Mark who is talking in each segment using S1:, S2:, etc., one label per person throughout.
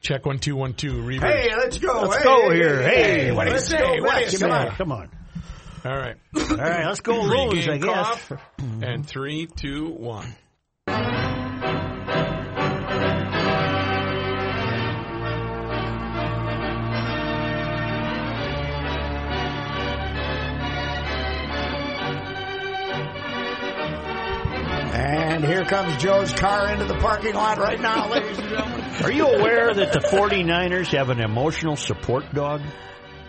S1: Check one two one two. Reboot.
S2: Hey, let's go.
S3: Let's
S2: Hey,
S3: go
S2: hey,
S3: here.
S2: hey,
S3: Hey,
S2: hey,
S3: what do you
S2: let's
S3: say?
S2: go.
S3: What do you say?
S2: Let's Come on.
S3: Come on.
S1: All right.
S3: All right, let's go Loons, I
S1: Regain
S3: guess.
S1: cough. And three, two, one.
S2: And here comes Joe's car into the parking lot right now, ladies and gentlemen.
S3: Are you aware that the 49ers have an emotional support dog?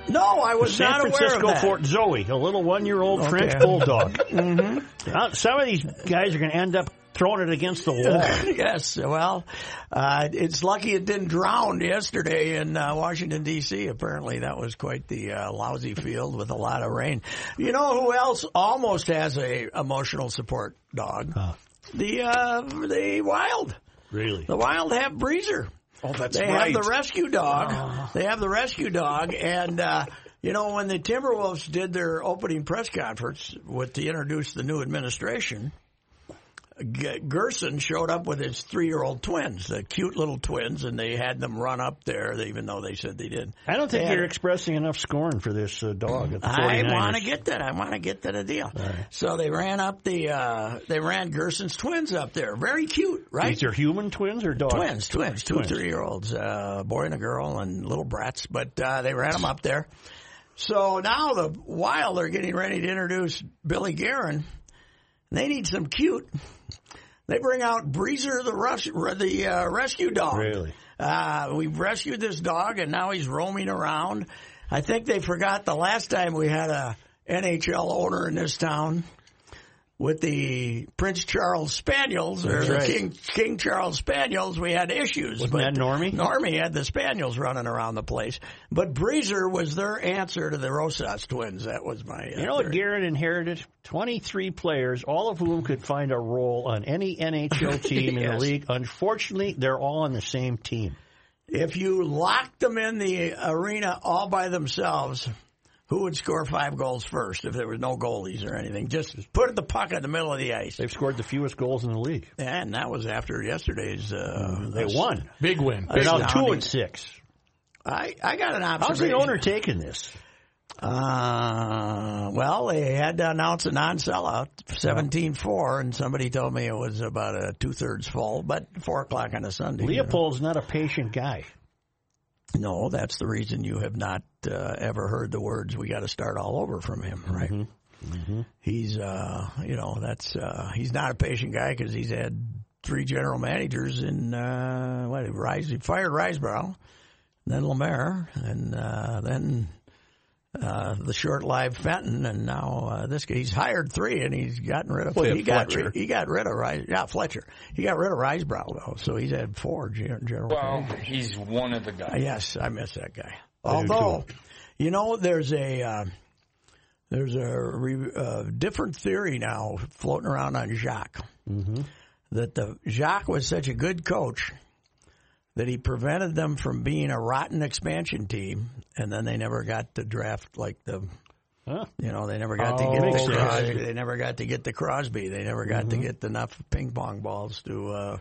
S2: No, I was
S3: San
S2: not
S3: Francisco
S2: aware of that.
S3: Fort Zoe, a little one-year-old French bulldog. mm-hmm. some of these guys are going to end up throwing it against the wall.
S2: yes, well, uh, it's lucky it didn't drown yesterday in uh, Washington D.C. Apparently, that was quite the uh, lousy field with a lot of rain. You know who else almost has a emotional support dog? The uh, the Wild.
S3: Really?
S2: The Wild have Breezer.
S4: Oh, that's
S2: They
S4: right.
S2: have the rescue dog.
S3: Ah.
S2: They have the rescue dog, and uh, you know when the Timberwolves did their opening press conference with to introduce the new administration, G- Gerson showed up with his three-year-old twins, the cute little twins, and they had them run up there, even though they said they didn't.
S3: I don't think
S2: They had-
S3: you're expressing enough scorn for this uh, dog at the 49ers.
S2: I want to get that. I want to get that a deal. So they ran up the. Uh, they ran Gerson's twins up there. Very cute, right?
S3: These are human twins or dogs?
S2: twins, twins, two three year olds, uh, a boy and a girl, and little brats. But uh, they ran them up there. So now the while they're getting ready to introduce Billy Garen, they need some cute. They bring out Breezer the rush, the uh, rescue dog.
S3: Really?
S2: Uh, we've rescued this dog, and now he's roaming around. I think they forgot the last time we had a NHL owner in this town with the Prince Charles Spaniels or the
S3: right.
S2: King King Charles Spaniels. We had issues.
S3: Wasn't that Normie?
S2: Normie had the Spaniels running around the place, but Breezer was their answer to the Rosas twins. That was my. uh,
S3: You know what Garrett inherited? 23 players, all of whom could find a role on any NHL team in the
S2: Yes.
S3: league. Unfortunately, they're all on the same team.
S2: If you locked them in the arena all by themselves, who would score five goals first if there was no goalies or anything? Just put the puck in the middle of the ice.
S3: They've scored the fewest goals in the league.
S2: And that was after yesterday's. Uh,
S3: They won.
S1: Big win.
S3: They're
S1: Big
S3: now
S1: win.
S3: two and six.
S2: I, I got an observation.
S3: How's the owner taking this?
S2: Uh, well, they had to announce a non-sellout, 17-4, and somebody told me it was about a two-thirds full, but 4 o'clock on a Sunday. you know.
S3: Leopold's not a patient guy.
S2: No, that's the reason you have not uh, ever heard the words. We got to start all over from him, right? He's, uh, you know, that's uh, he's not a patient guy because he's had three general managers in uh, what? He, Rise, he fired Riseborough, then Lemaire, and uh, then uh, the short-lived Fenton, and now uh, this guy. He's hired three, and he's gotten rid of.
S1: Well, yeah,
S2: he got
S1: Fletcher.
S2: rid, he got rid of Rise. Yeah, Fletcher. He got rid of Riseborough though, so he's had four gen- general.
S4: Well, Oh, he's one of the guys.
S2: Uh, Yes, I miss that guy. Although, you know, there's a uh, there's a re, uh, different theory now floating around on Jacques
S1: Mm-hmm.
S2: that the Jacques was such a good coach that he prevented them from being a rotten expansion team, and then they never got to draft like the.
S3: Huh.
S2: You know, they never got
S1: Oh,
S2: to get
S1: makes
S2: the
S1: sense. Mm-hmm.
S2: Crosby. They never got to get the Crosby. They never got to get enough ping pong balls to uh,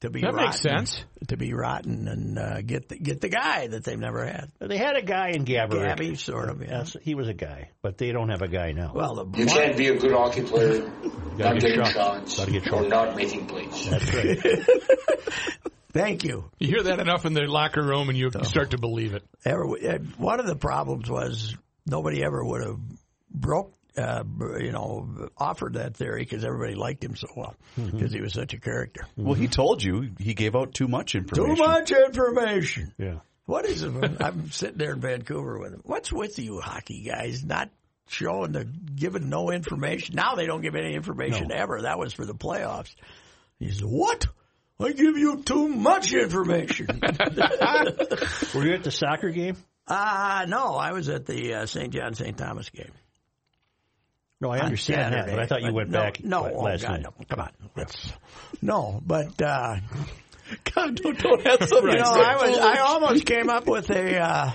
S2: to be
S1: That makes
S2: rotten
S1: sense.
S2: to be rotten and uh, get the, get the guy that they've never had.
S3: They had a guy in Gabbard.
S2: Gabby, sort of. Yeah.
S3: Yes, he was a guy, but they don't have a guy now.
S2: Well, the
S5: You
S2: one,
S5: can't be a good hockey player not
S3: get
S5: getting
S3: shot.
S5: shots
S3: Gotta get
S5: or
S3: shot.
S5: not making plays.
S3: That's right.
S2: thank you.
S1: You hear that enough in the locker room, and you start to believe it.
S2: Ever, uh, one of the problems was nobody ever would have broke, uh, br- you know, offered that theory because everybody liked him so well because he was such a character.
S6: Well, he told you he gave out too much
S2: Too
S6: information.
S2: much information.
S3: Yeah.
S2: What is it? I'm sitting there in Vancouver with him. What's with you, hockey guys? Not showing the giving no information. Now they don't give any information ever. That was for the playoffs. He says, "What? I give you too much information."
S3: Were you at the soccer game?
S2: Ah, no, I was at the uh, St. John St. Thomas game.
S3: No, I
S2: on
S3: understand that,
S2: Saturday,
S3: but I thought you went
S2: no,
S3: back
S2: No, oh,
S3: last
S2: God,
S3: night.
S2: no, come on, That's- no. But uh,
S6: God, don't, don't have something.
S2: you know, I was I almost came up with a. Uh,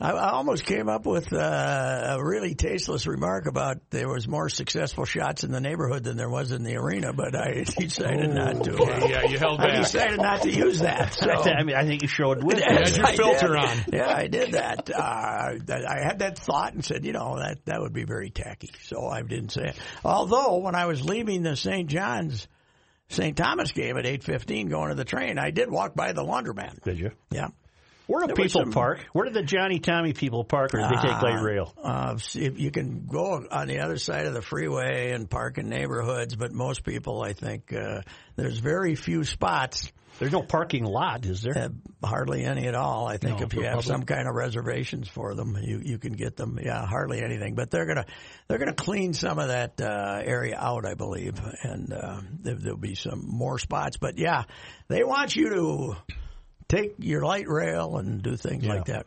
S2: I I almost came up with uh, a really tasteless remark about there was more successful shots in the neighborhood than there was in the arena, but I decided not to. uh,
S1: Yeah,
S6: Oh,
S1: yeah, you held
S2: I
S1: back.
S2: decided not to use that. So.
S3: I mean, I think you showed with
S1: had
S2: Yes,
S1: your
S2: I did.
S1: filter on.
S2: Yeah, I did that. Uh, that. I had that thought and said, you know, that that would be very tacky. So I didn't say it. Although when I was leaving the St. John's St. Thomas game at eight fifteen, going to the train, I did walk by the laundromat.
S3: Did you?
S2: Yeah,
S3: Where do
S2: There was
S3: people
S2: some-
S3: park? Where did the Johnny Tommy people park, or did they take light rail?
S2: uh, see if you can go on the other side of the freeway and park in neighborhoods, but most people, I think, uh, there's very few spots.
S3: There's no parking lot, is there?
S2: Uh, hardly any at all. I think
S1: No,
S2: if you
S1: for
S2: have
S1: public.
S2: some kind of reservations for them, you you can get them. Yeah, hardly anything. But they're gonna they're gonna clean some of that uh, area out, I believe, and uh, there, there'll be some more spots. But yeah, they want you to take your light rail and do things like that.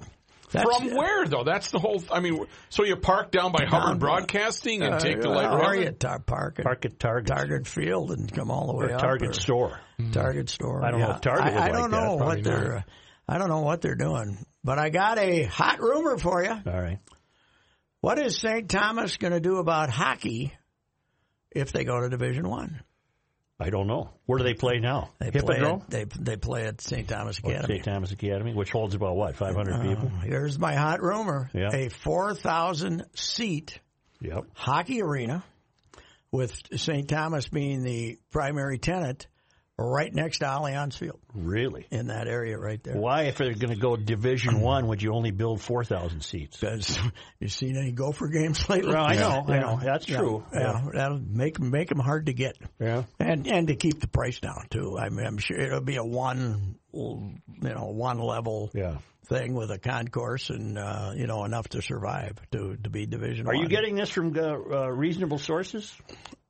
S2: That's-
S1: From where though? That's the whole. I mean, so you park down by Hubbard Broadcasting and take the
S2: Uh,
S1: light
S2: how are
S1: rail.
S2: you tar- park at
S3: Park at Target.
S2: Target Hmm. Field and come all the way
S3: or
S2: up,
S3: Target
S2: or
S3: store.
S2: Target store.
S3: I don't know if Target
S2: I,
S3: would
S2: I
S3: like
S2: don't
S3: that.
S2: know
S1: Probably
S2: what they're. I don't know what they're doing, but I got a hot rumor for you.
S3: All right.
S2: What is St. Thomas going to do about hockey if they go to Division One?
S3: I don't know. Where do they play now?
S2: They play
S3: Hippodrome?
S2: at, they they play at Uh-huh. St. Thomas
S3: Or
S2: Academy. Uh,
S3: St. Thomas Academy, which holds about what, 500 people?
S2: Here's my hot rumor:
S3: Yeah.
S2: a four thousand seat
S3: Yep.
S2: hockey arena, with St. Thomas being the primary tenant, right next to Allianz Field
S3: Really?
S2: in that area right there.
S3: Why, if they're going to go
S2: Hmm.
S3: Division One, would you only build 4,000 seats?
S2: Because you seen any Gopher games lately?
S3: Well, I know, I know. That's
S2: Yeah.
S3: true.
S2: Yeah. that'll make make them hard to get.
S3: Yeah.
S2: and and to keep the price down too. I'm, I'm sure it'll be a one, you know, one level
S3: Yeah.
S2: thing with a concourse and uh, you know enough to survive to to be Division.
S3: Are you
S2: One.
S3: getting this from uh, uh, reasonable sources?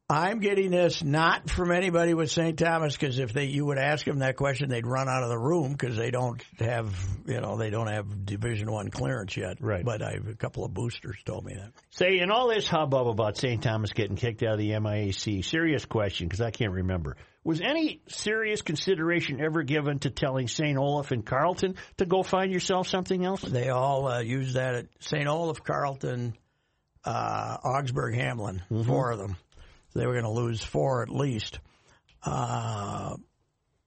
S2: I'm getting this not from anybody with St. Thomas because if they you would ask them that question, they'd run out of the room because they don't have you know they don't have Division One clearance yet.
S3: Right.
S2: But I've, a couple of boosters told me that.
S3: Say, in all this hubbub about St. Thomas getting kicked out of the MIAC, serious question because I can't remember. Was any serious consideration ever given to telling St. Olaf and Carlton to go find yourself something else?
S2: They all uh, use that at St. Olaf, Carlton, uh, Augsburg, Hamlin, four of them. They were going to lose four at least. Uh,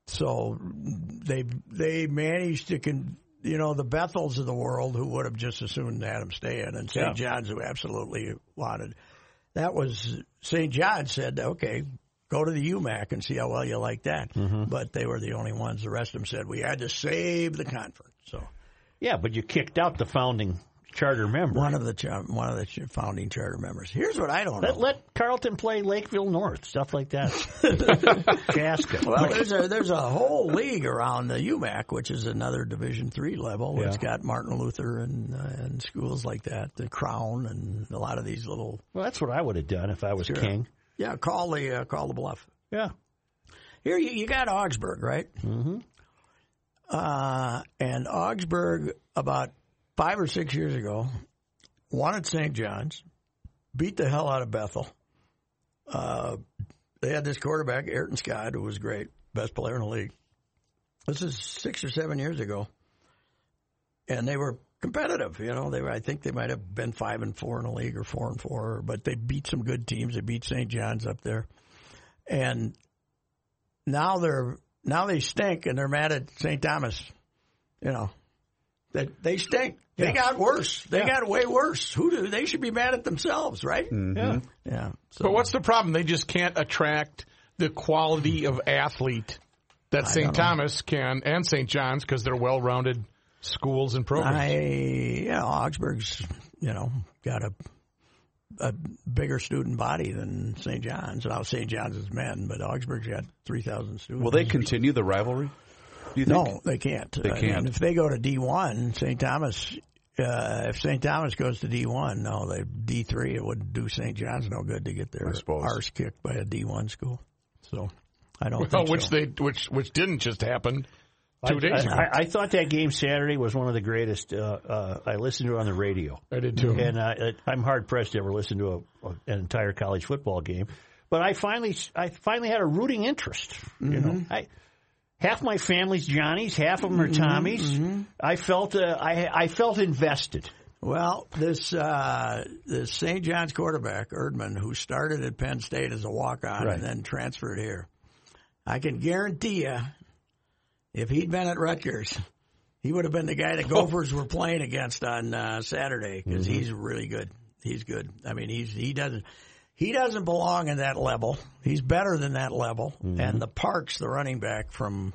S2: so they they managed to con- you know the Bethels of the world who would have just as soon had them stay in, and St. John's who absolutely wanted. That was St. John said, okay, go to the UMAC and see how well you like that. But they were the only ones. The rest of them said we had to save the conference. So.
S3: Yeah, but you kicked out the founding charter member.
S2: One of the cha- one of the ch- founding charter members. Here's what I don't
S3: Let,
S2: know.
S3: let Carlton play Lakeville North, stuff like that. Chaska.
S2: Well, there's a there's a whole league around the UMAC, which is another Division three level. It's got Martin Luther and uh, and schools like that, the Crown, and a lot of these little
S3: Well, that's what I would have done if I was king.
S2: yeah. Call the uh, call the bluff.
S3: Yeah.
S2: Here you, you got Augsburg, right? Mm-hmm. Uh, and Augsburg about five or six years ago won at St. John's, beat the hell out of Bethel. Uh, they had this quarterback Ayrton Scott, who was great, best player in the league. This is six or seven years ago, and they were competitive. You know, they were, I think they might have been five and four in the league or four and four, but they beat some good teams. They beat St. John's up there, and now they're now they stink and they're mad at St. Thomas. You know, that they stink. They got worse. They got way worse. Who do they should be mad at themselves, right?
S3: Yeah.
S2: Yeah. So
S1: But what's the problem? They just can't attract the quality of athlete that St. Thomas can and St. John's because they're well-rounded schools and programs.
S2: I you know Augsburg's you know got a a bigger student body than St. John's. Now St. John's is men, but Augsburg's got three thousand students.
S6: Will they continue the rivalry? Do you think?
S2: No, they can't. They
S6: can't.
S2: if they go to D one, St. Thomas. Uh, if St. Thomas goes to D one, no, they D three. It would do St. John's no good to get their
S6: suppose.
S2: arse kicked by a D one school. So I don't.
S1: Well,
S2: think
S1: which
S2: so.
S1: they which which didn't just happen two days ago.
S3: I, I, I thought that game Saturday was one of the greatest uh, uh, I listened to it on the radio.
S1: I did too.
S3: and uh, it- I'm hard pressed to ever listen to a, a, an entire college football game. But I finally, I finally had a rooting interest. You know,
S2: Mm-hmm.
S3: I half my family's Johnny's, half of them are Tommy's.
S2: mm-hmm.
S3: I felt, uh, I, I felt invested.
S2: Well, this uh, this St. John's quarterback Erdman, who started at Penn State as a walk on
S3: Right.
S2: and then transferred here, I can guarantee you, if he'd been at Rutgers, he would have been the guy the Gophers were playing against on uh, Saturday because he's really good. He's good. I mean, he's he doesn't he doesn't belong in that level. He's better than that level. And the Parks, the running back from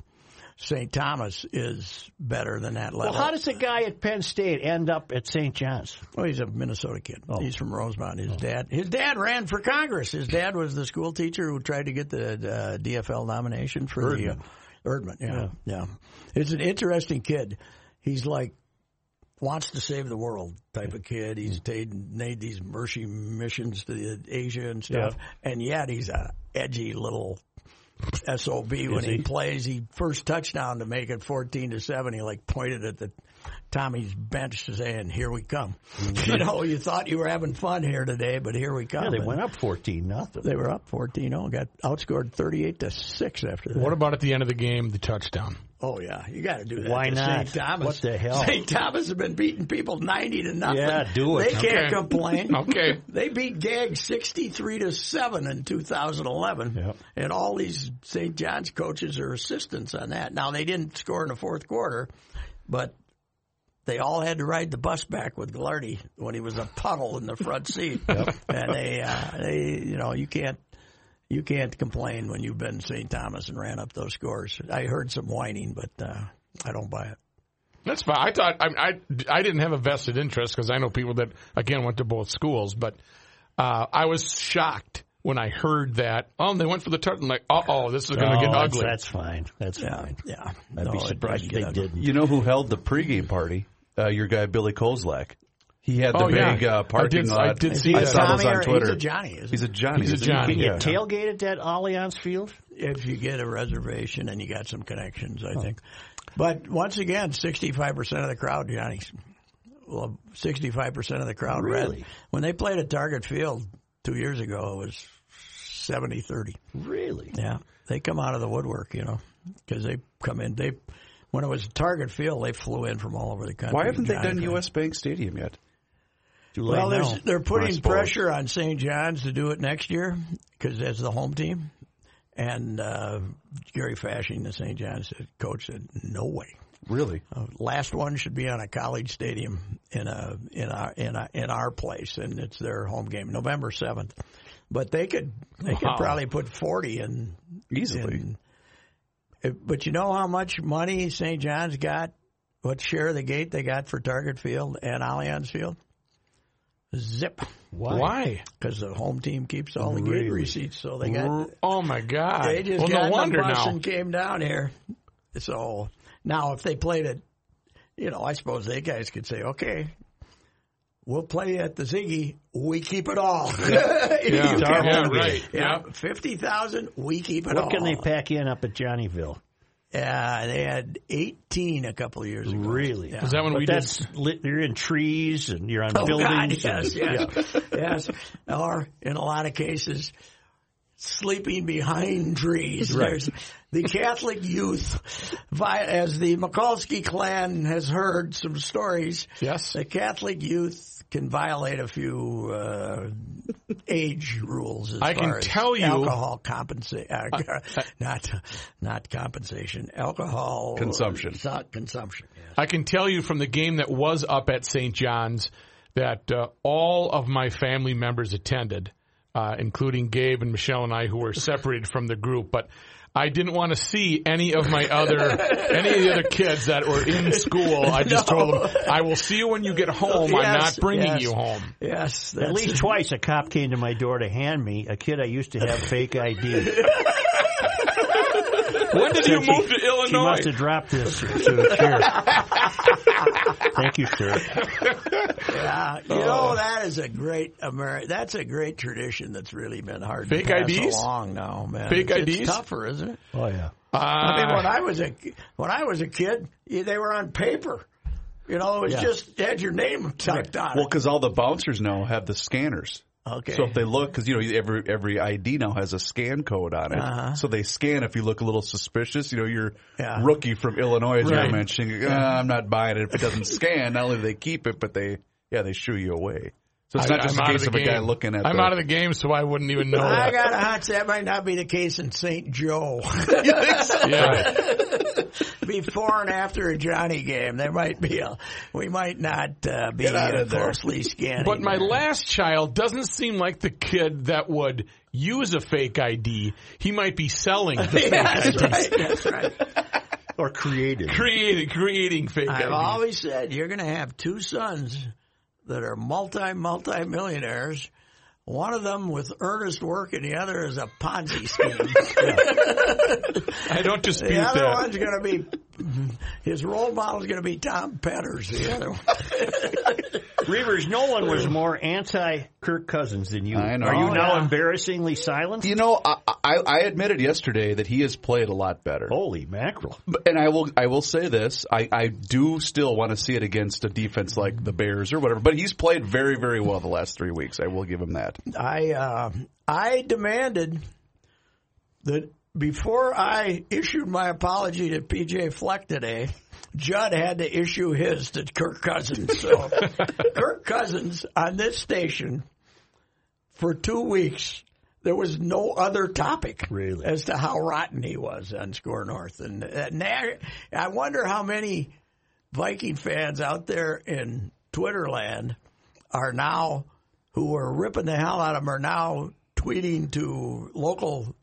S2: St. Thomas, is better than that level.
S3: Well, how does a guy at Penn State end up at St. John's?
S2: Well, he's a Minnesota kid. He's from Rosemont. His dad, his dad ran for Congress. His dad was the school teacher who tried to get the uh, DFL nomination for the uh, Erdman. Yeah, yeah, It's an interesting kid. He's like wants to save the world type of kid. He's made, made these mercy missions to Asia and stuff, and yet he's a edgy little sob when he, plays. He first touchdown to make it fourteen to seven. He like pointed at the Tommy's bench saying, "Here we come." You know, you thought you were having fun here today, but here we come.
S3: Mm-hmm. Yeah, they
S2: And
S3: went up fourteen nothing.
S2: They were up 14-0, got outscored thirty-eight to six after that.
S1: What about at the end of the game, the touchdown?
S2: Oh yeah, you got to do that.
S3: Why
S2: to
S3: not?
S2: St. Thomas.
S3: What the hell?
S2: St. Thomas have been beating people ninety to nothing.
S3: Yeah, do it.
S2: They can't
S1: Okay.
S2: complain.
S1: Okay.
S2: They beat Gag sixty-three to seven in two thousand eleven,
S3: Yep.
S2: and all these St. John's coaches are assistants on that. Now they didn't score in the fourth quarter, but they all had to ride the bus back with Glardy when he was a puddle in the front seat, and they, uh, they, you know, you can't. You can't complain when you've been St. Thomas and ran up those scores. I heard some whining, but uh, I don't buy it.
S1: That's fine. I thought I I, I didn't have a vested interest because I know people that again went to both schools, but uh, I was shocked when I heard that. Oh, they went for the turtle. Like, uh oh, this is going to
S3: Oh,
S1: get
S3: that's-
S1: ugly.
S3: That's fine. That's fine.
S2: Yeah,
S3: I'd
S2: No,
S3: be
S2: it
S3: surprised if
S2: doesn't
S3: they
S2: get
S3: didn't.
S6: You know who held the pregame party? Uh, your guy Billy Kozlak. He had the
S1: Oh, yeah.
S6: big uh,
S1: I
S6: parking
S1: did-
S6: lot.
S1: I did see
S6: I
S1: that.
S6: saw those
S2: Tommy
S6: on
S2: or-
S6: Twitter.
S2: he's a Johnny, isn't he?
S6: He's a Johnny.
S1: He's a
S6: isn't he?
S1: Johnny.
S3: You
S6: Yeah.
S3: get tailgated at Allianz Field.
S2: if you get a reservation and you got some connections, I think. But once again, sixty-five percent of the crowd, Johnny, well, sixty-five percent of the crowd really? When they played at Target Field two years ago, it was 70-30.
S3: Really?
S2: Yeah, they come out of the woodwork, you know, because they come in. They when it was Target Field, they flew in from all over the country.
S6: Why haven't they
S2: Johnny
S6: done
S2: fans.
S6: U.S. Bank Stadium yet?
S2: Well,
S3: Right
S2: there's,
S3: now.
S2: they're putting
S6: suppose.
S2: pressure on St. John's to do it next year because that's the home team. And uh, Gary Fashing, the St. John's coach, said, "No way.
S6: Really?
S2: Uh, last one should be on a college stadium in a in our in a, in our place, and it's their home game, November seventh. But they could they could probably put forty in
S6: Easily.
S2: and- uh, but you know how much money St. John's got? What share of the gate they got for Target Field and Allianz Field? Zip,
S1: Why?
S2: because the home team keeps all the gate receipts, so they got
S1: Oh my God!
S2: they just
S1: well,
S2: got
S1: no
S2: in
S1: wonder
S2: the bus
S1: now.
S2: and came down here. So now, if they played it, you know, I suppose they guys could say, "Okay, we'll play at the Ziggy. We keep it all." yeah,
S1: yeah, yeah, right.
S2: Yeah, fifty thousand. We keep it all.
S3: What can they pack in up at Johnnyville?
S2: Yeah, they had 18 a couple of years ago.
S3: Really?
S2: Yeah.
S1: Is that when
S3: But
S1: we did?
S3: that's lit, you're in trees and you're on
S2: Oh, God,
S3: buildings.
S2: yes,
S3: and-
S2: yes, yes. Or in a lot of cases, sleeping behind trees. There's the Catholic youth, vi- as the Mikulski clan has heard some stories.
S1: Yes.
S2: the Catholic youth can violate a few uh, age rules. As
S1: I can
S2: far as
S1: tell you-
S2: alcohol compensation, uh, not not compensation, alcohol
S6: Consumption.
S2: uh, consumption. yeah.
S1: I can tell you from the game that was up at St. John's that uh, all of my family members attended, uh, including Gabe and Michelle and I, who were separated from the group. But I didn't want to see any of my other any of the other kids that were in school. I just
S2: No.
S1: told them, "I will see you when you get home. I'm
S2: Yes,
S1: not bringing
S2: yes.
S1: you home."
S2: Yes,
S3: At
S2: that's-
S3: least twice a cop came to my door to hand me a kid I used to have fake ID.
S1: When did you move to
S3: She must
S1: Illinois?
S3: have dropped this. She was here. Thank you, sir.
S2: Yeah, you know that is a great Ameri- That's a great tradition that's really been hard
S1: Fake
S2: to pass
S1: IDs?
S2: along now, man.
S1: Fake Uh.
S2: It's- it's
S1: IDs?
S2: tougher, isn't it?
S3: Oh yeah.
S2: I mean, when I was a when I was a kid, you- they were on paper. You know, it was just had your name typed on.
S6: Well, because all the bouncers now have the scanners.
S2: it. Okay.
S6: So if they look, because you know every every ID now has a scan code on it,
S1: Uh-huh.
S6: so they scan. If you look a little suspicious, you know your
S2: Yeah.
S6: rookie from Illinois is
S1: Right.
S6: right. mentioning, "Ah, "I'm not buying it." If it doesn't scan, not only do they keep it, but they yeah they shoo you away. So it's not just a
S1: out
S6: case
S1: the
S6: of a guy
S1: game.
S6: looking at.
S1: I'm
S6: the,
S1: out of the game, so I wouldn't even know
S2: I
S1: that.
S2: got a hot set. Might not be the case in St. Joe.
S1: Yeah.
S2: Before and after a Johnny game, there might be a. We might not uh, be
S6: out
S2: uh,
S6: of there.
S2: closely scanning.
S1: But my last child doesn't seem like the kid that would use a fake ID. He might be selling the fake
S2: that's
S1: ID.
S2: right. That's right.
S3: or created.
S1: Creating, creating fake
S2: I've
S1: IDs.
S2: always said you're going to have two sons that are multi multi millionaires. One of them with earnest work, and the other is a Ponzi scheme.
S1: I don't dispute
S2: the other
S1: that.
S2: one's going to be his role model is going to be Tom Petters. The other one.
S3: Reavers, no one was more anti Kirk Cousins than you.
S6: I know.
S3: Are you
S6: Oh,
S3: now
S2: yeah.
S3: embarrassingly silent?
S6: You know, I, I, I admitted yesterday that he has played a lot better.
S1: Oh.
S3: Holy mackerel!
S6: and I will I will say this I, I do still want to see it against a defense like the Bears or whatever but he's played very very well the last three weeks I will give him that
S2: I uh, I demanded that before I issued my apology to PJ Fleck today, Judd had to issue his to Kirk Cousins. So Kirk Cousins on this station for two weeks. There was no other topic
S3: Really?
S2: as to how rotten he was on Score North, and uh, now- I wonder how many Viking fans out there in Twitterland are now who were ripping the hell out of him are now tweeting to local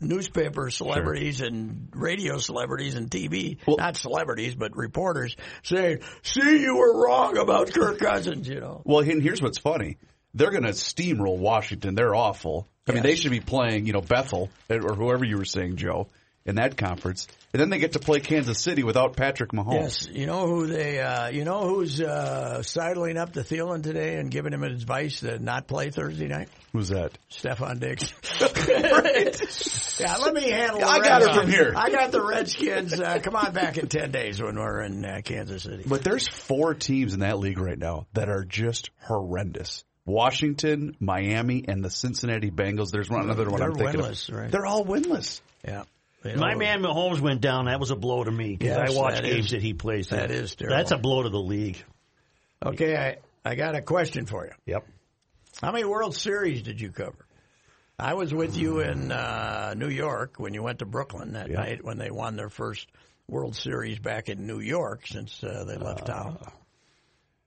S2: newspaper celebrities and radio celebrities and TV, not celebrities but reporters, saying, "See, you were wrong about Kirk Cousins." You know,
S6: well and here's what's funny they're going to steamroll Washington they're awful I mean they should be playing you know Bethel eh, or whoever you were saying Joe in that conference and then they get to play Kansas City without Patrick Mahomes
S2: yes, you know who they, uh, you know who's uh, sidling up to Thielen today and giving him advice to not play Thursday night.
S6: who's that
S2: Stefan Diggs. Yeah, let me handle. the
S6: I got her
S2: Redskins.
S6: from here.
S2: I got the Redskins. Uh, come on back in ten days when we're in uh, Kansas City.
S6: But there's four teams in that league right now that are just horrendous. Washington, Miami, and the Cincinnati Bengals. There's one another one I'm
S2: They're
S6: thinking
S2: winless,
S6: of.
S2: right.
S6: They're all winless.
S2: Yeah,
S3: My man Mahomes went down. That was a blow to me because
S2: Yes,
S3: I watch
S2: that
S3: games
S2: is-
S3: that he plays. in.
S2: that is terrible.
S3: That's a blow to the league.
S2: Okay, I I got a question for you.
S3: Yep.
S2: How many World Series did you cover? I was with you in uh, New York when you went to Brooklyn that night when they won their first World Series back in New York since uh, they left town.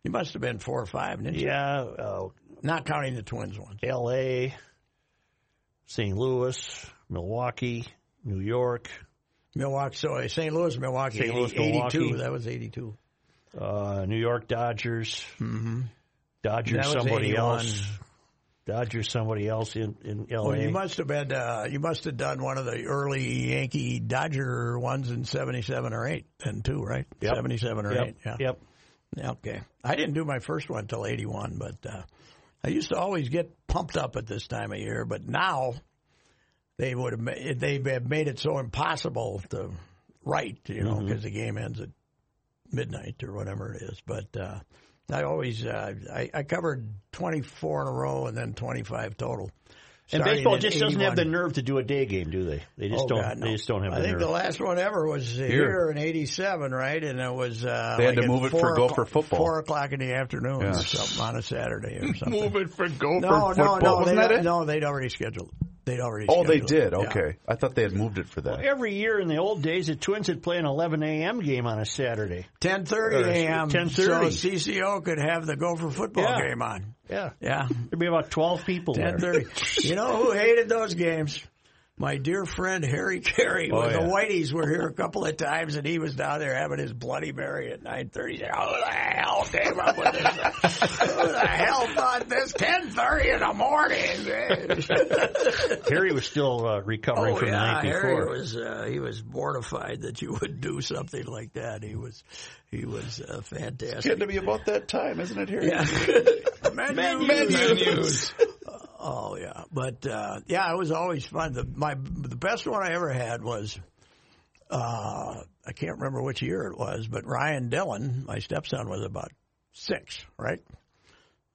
S2: You must have been four or five, didn't you?
S3: Yeah. Uh,
S2: Not counting the Twins ones.
S3: L.A., St. Louis, Milwaukee, New York.
S2: Milwaukee, so St. Louis, Milwaukee,
S3: St. Louis,
S2: 80 82.
S3: Milwaukee.
S2: That was 82.
S3: Uh, New York Dodgers. Mm-hmm. Dodgers,
S2: That was
S3: somebody
S2: 81.
S3: else. Dodgers, somebody else in, in L.A.
S2: Well, you must have been, uh, you must have done one of the early Yankee Dodger ones in 77 or 8 and 2, right? 77 or
S3: yep.
S2: 8. Yeah.
S3: Yep.
S2: Yeah, Okay. I didn't do my first one till 81, but uh, I used to always get pumped up at this time of year, but now they would have ma- they have made it so impossible to write, you
S3: Mm-hmm.
S2: know, because the game ends at midnight or whatever it is. But uh, I always uh, I, I covered 24 in a row and then 25 total.
S3: And
S2: starting
S3: baseball
S2: in
S3: just doesn't have
S2: 81.
S3: the nerve to do a day game, do they? They just
S2: Oh,
S3: don't.
S2: God, no.
S3: They just don't have
S2: I
S3: the
S2: think
S3: nerve.
S2: the last one ever was here, in '87, right? And it was uh,
S6: They had
S2: like
S6: to
S2: at
S6: move it for
S2: four
S6: go
S2: o'clock-
S6: for football.
S2: four o'clock in the afternoon
S6: Yeah.
S2: or something on a Saturday or something.
S1: Move it for go
S2: no,
S1: for
S2: no,
S1: football.
S2: no,
S1: Wasn't
S2: they,
S1: that it?
S2: no, they'd already scheduled. They'd already.
S6: Oh, they
S2: scheduled it.
S6: did.
S2: Yeah.
S6: Okay. I thought they had moved it for that.
S3: Every year in the old days, the Twins would play an 11 a.m. game on a Saturday.
S2: 10:30
S3: Or
S2: a.m.
S3: 10:30.
S2: So CCO could have the Gopher football
S3: Yeah.
S2: game on.
S3: Yeah.
S2: Yeah,
S3: There'd be about 12 people there.
S2: 10:30. you know who hated those games? My dear friend Harry Carey.
S3: Oh,
S2: the
S3: yeah.
S2: Whiteys were here a couple of times, and he was down there having his Bloody Mary at 9:30. He said, Who the hell came up with this? who the hell thought this 10:30 in the morning?
S3: Harry was still uh, recovering
S2: oh
S3: from
S2: yeah,
S3: the night
S2: Harry
S3: before.
S2: was uh, he was mortified that you would do something like that. He was he was uh, fantastic.
S6: Had to be about that time, isn't it? Here,
S2: Yeah. Menus. oh yeah, but uh, yeah, it was always fun. The, my the best one I ever had was uh, I can't remember which year it was, but Ryan Dillon, my stepson, was about six, right?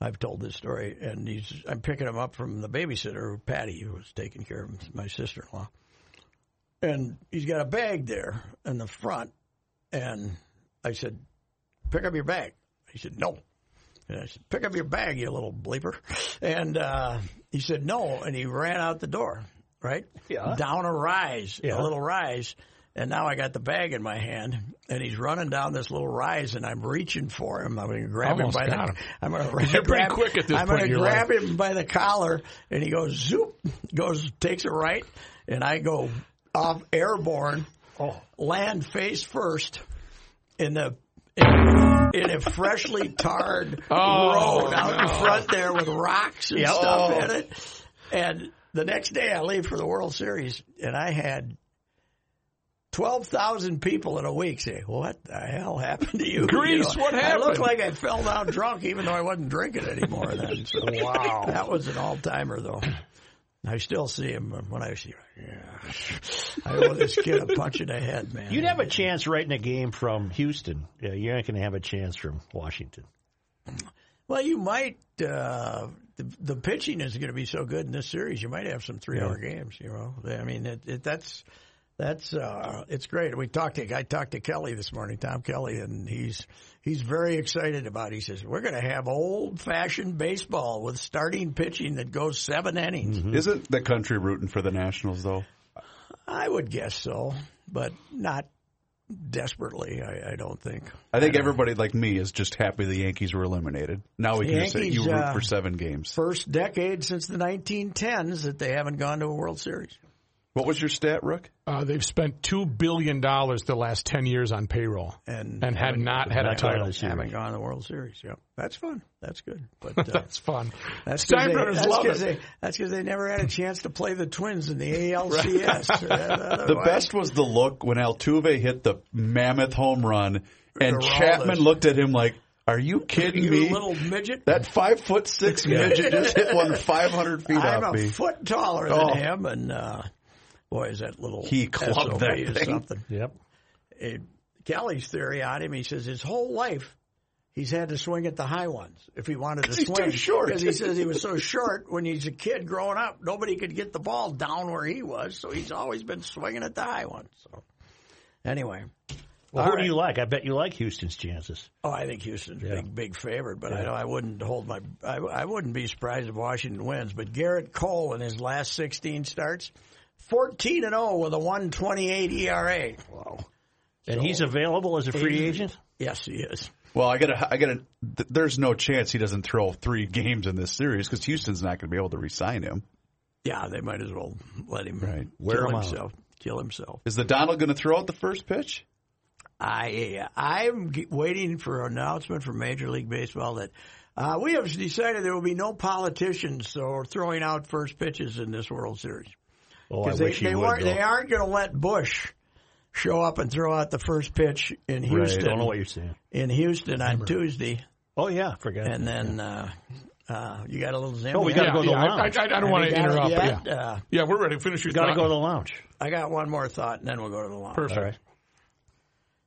S2: I've told this story, and he's I'm picking him up from the babysitter, Patty, who was taking care of him, my sister-in-law, and he's got a bag there in the front, and I said, "Pick up your bag." He said, "No." And I said, "Pick up your bag, you little bleeper," and uh, he said, "No," and he ran out the door, right? Yeah. Down a rise, a little rise. And now I got the bag in my hand, and he's running down this little rise, and I'm reaching for him. I'm going to grab
S1: Almost
S2: him by
S1: got
S2: the.
S1: him.
S2: I'm going to
S1: You're pretty quick at this
S2: I'm
S1: point
S2: gonna
S1: in your
S2: grab him by the collar, and he goes zoop, goes takes it right, and I go off airborne,
S1: Oh.
S2: land face first in the. In, in a freshly tarred
S1: Oh,
S2: road out in front there with rocks and stuff in it. And the next day I leave for the World Series and I had 12,000 people in a week say, What the hell happened to you?
S1: Grease,
S2: You
S1: what
S2: I
S1: happened?
S2: looked like I fell down drunk, even though I wasn't drinking anymore then. So, wow. That was an all timer, though. I still see him when I see him. Yeah. I owe this kid a punch in the head, man.
S3: You'd have a chance right in a game from Houston. Yeah, you're not going to have a chance from Washington.
S2: Well, you might. Uh, the, the pitching is going to be so good in this series. You might have some three-hour games. You know, I mean, it, it, that's that's uh, it's great. We talked to I talked to Kelly this morning, Tom Kelly, and he's he's very excited about. it. He says we're going to have old-fashioned baseball with starting pitching that goes seven innings.
S6: Isn't the country rooting for the Nationals though?
S2: I would guess so, but not desperately. I, I don't think.
S6: I think everybody like me is just happy the Yankees were eliminated. Now we
S2: The
S6: can just say you
S2: Yankees,
S6: root
S2: uh,
S6: for seven games.
S2: First decade since the 1910s that they haven't gone to a World Series.
S6: What was your stat, Rook?
S1: Uh, they've spent two billion dollars the last ten years on payroll
S2: And-
S1: and had not had a
S3: Not going
S1: title.
S3: to the
S2: haven't
S3: series.
S2: gone to the World Series. Yeah, that's fun. That's good. But uh,
S1: That's fun.
S2: that's
S1: Stein
S2: because
S1: Brothers
S2: they,
S1: love
S2: that's
S1: it.
S2: because they, never had a chance to play the Twins in the ALCS. Uh,
S6: The best was the look when Altuve hit the mammoth home run, and
S2: Geraldes.
S6: Chapman looked at him like, "Are you kidding
S2: you
S6: me?
S2: little midget.
S6: That five foot six midget just hit one five hundred feet
S2: I'm
S6: off
S2: a
S6: me."
S2: foot taller than
S6: Oh.
S2: him, and uh, boy, is that little
S6: He clubbed
S2: SOB
S6: that
S2: or
S6: thing.
S2: something.
S3: Yep.
S2: Uh, Kelly's theory on him, he says his whole life. He's had to swing at the high ones if he wanted to
S6: He's too
S2: swing.
S6: short.
S2: Because he says he was so short when he's a kid growing up, nobody could get the ball down where he was, so he's always been swinging at the high ones. So, anyway,
S3: Well,
S2: All
S3: who
S2: right.
S3: do you like? I bet you like Houston's chances.
S2: Oh, I think Houston's a big, big favorite, but I don't I wouldn't hold my. I, I wouldn't be surprised if Washington wins. But Garrett Cole in his last 16 starts, 14 and 0 with a E 1.28 ERA. Wow.
S3: And he's available as a free agent?
S2: Yes, he is.
S6: Well, I gotta, I gotta. Th- there's no chance he doesn't throw three games in this series because Houston's not going to be able to re-sign him.
S2: Yeah, they might as well let him
S6: Right.
S3: Wear
S2: kill
S3: him out.
S2: himself. Kill himself.
S6: Is the Donald going to throw out the first pitch?
S2: I I'm g- waiting for an announcement from Major League Baseball that uh, we have decided there will be no politicians or throwing out first pitches in this World Series.
S3: Oh, I
S2: Because they,
S3: wish he
S2: they,
S3: would.
S2: weren't-
S3: though.
S2: they aren't going to let Bush show up and throw out the first pitch in Houston.
S3: Don't know what you're saying.
S2: in Houston on Tuesday,
S3: Oh, yeah. Forgot.
S2: and then uh, uh, you got a little Zim.
S3: Oh, we
S2: there?
S3: gotta
S1: Yeah,
S3: go to
S1: yeah,
S3: the
S1: I,
S3: lounge.
S1: I- I don't want to
S2: Got it
S1: interrupt. but
S2: yet?
S1: yeah.
S2: Uh,
S1: yeah, we're ready. Finish your
S3: Got to
S1: thought.
S3: go to the lounge.
S2: I got one more thought, and then we'll go to the line.
S1: Perfect.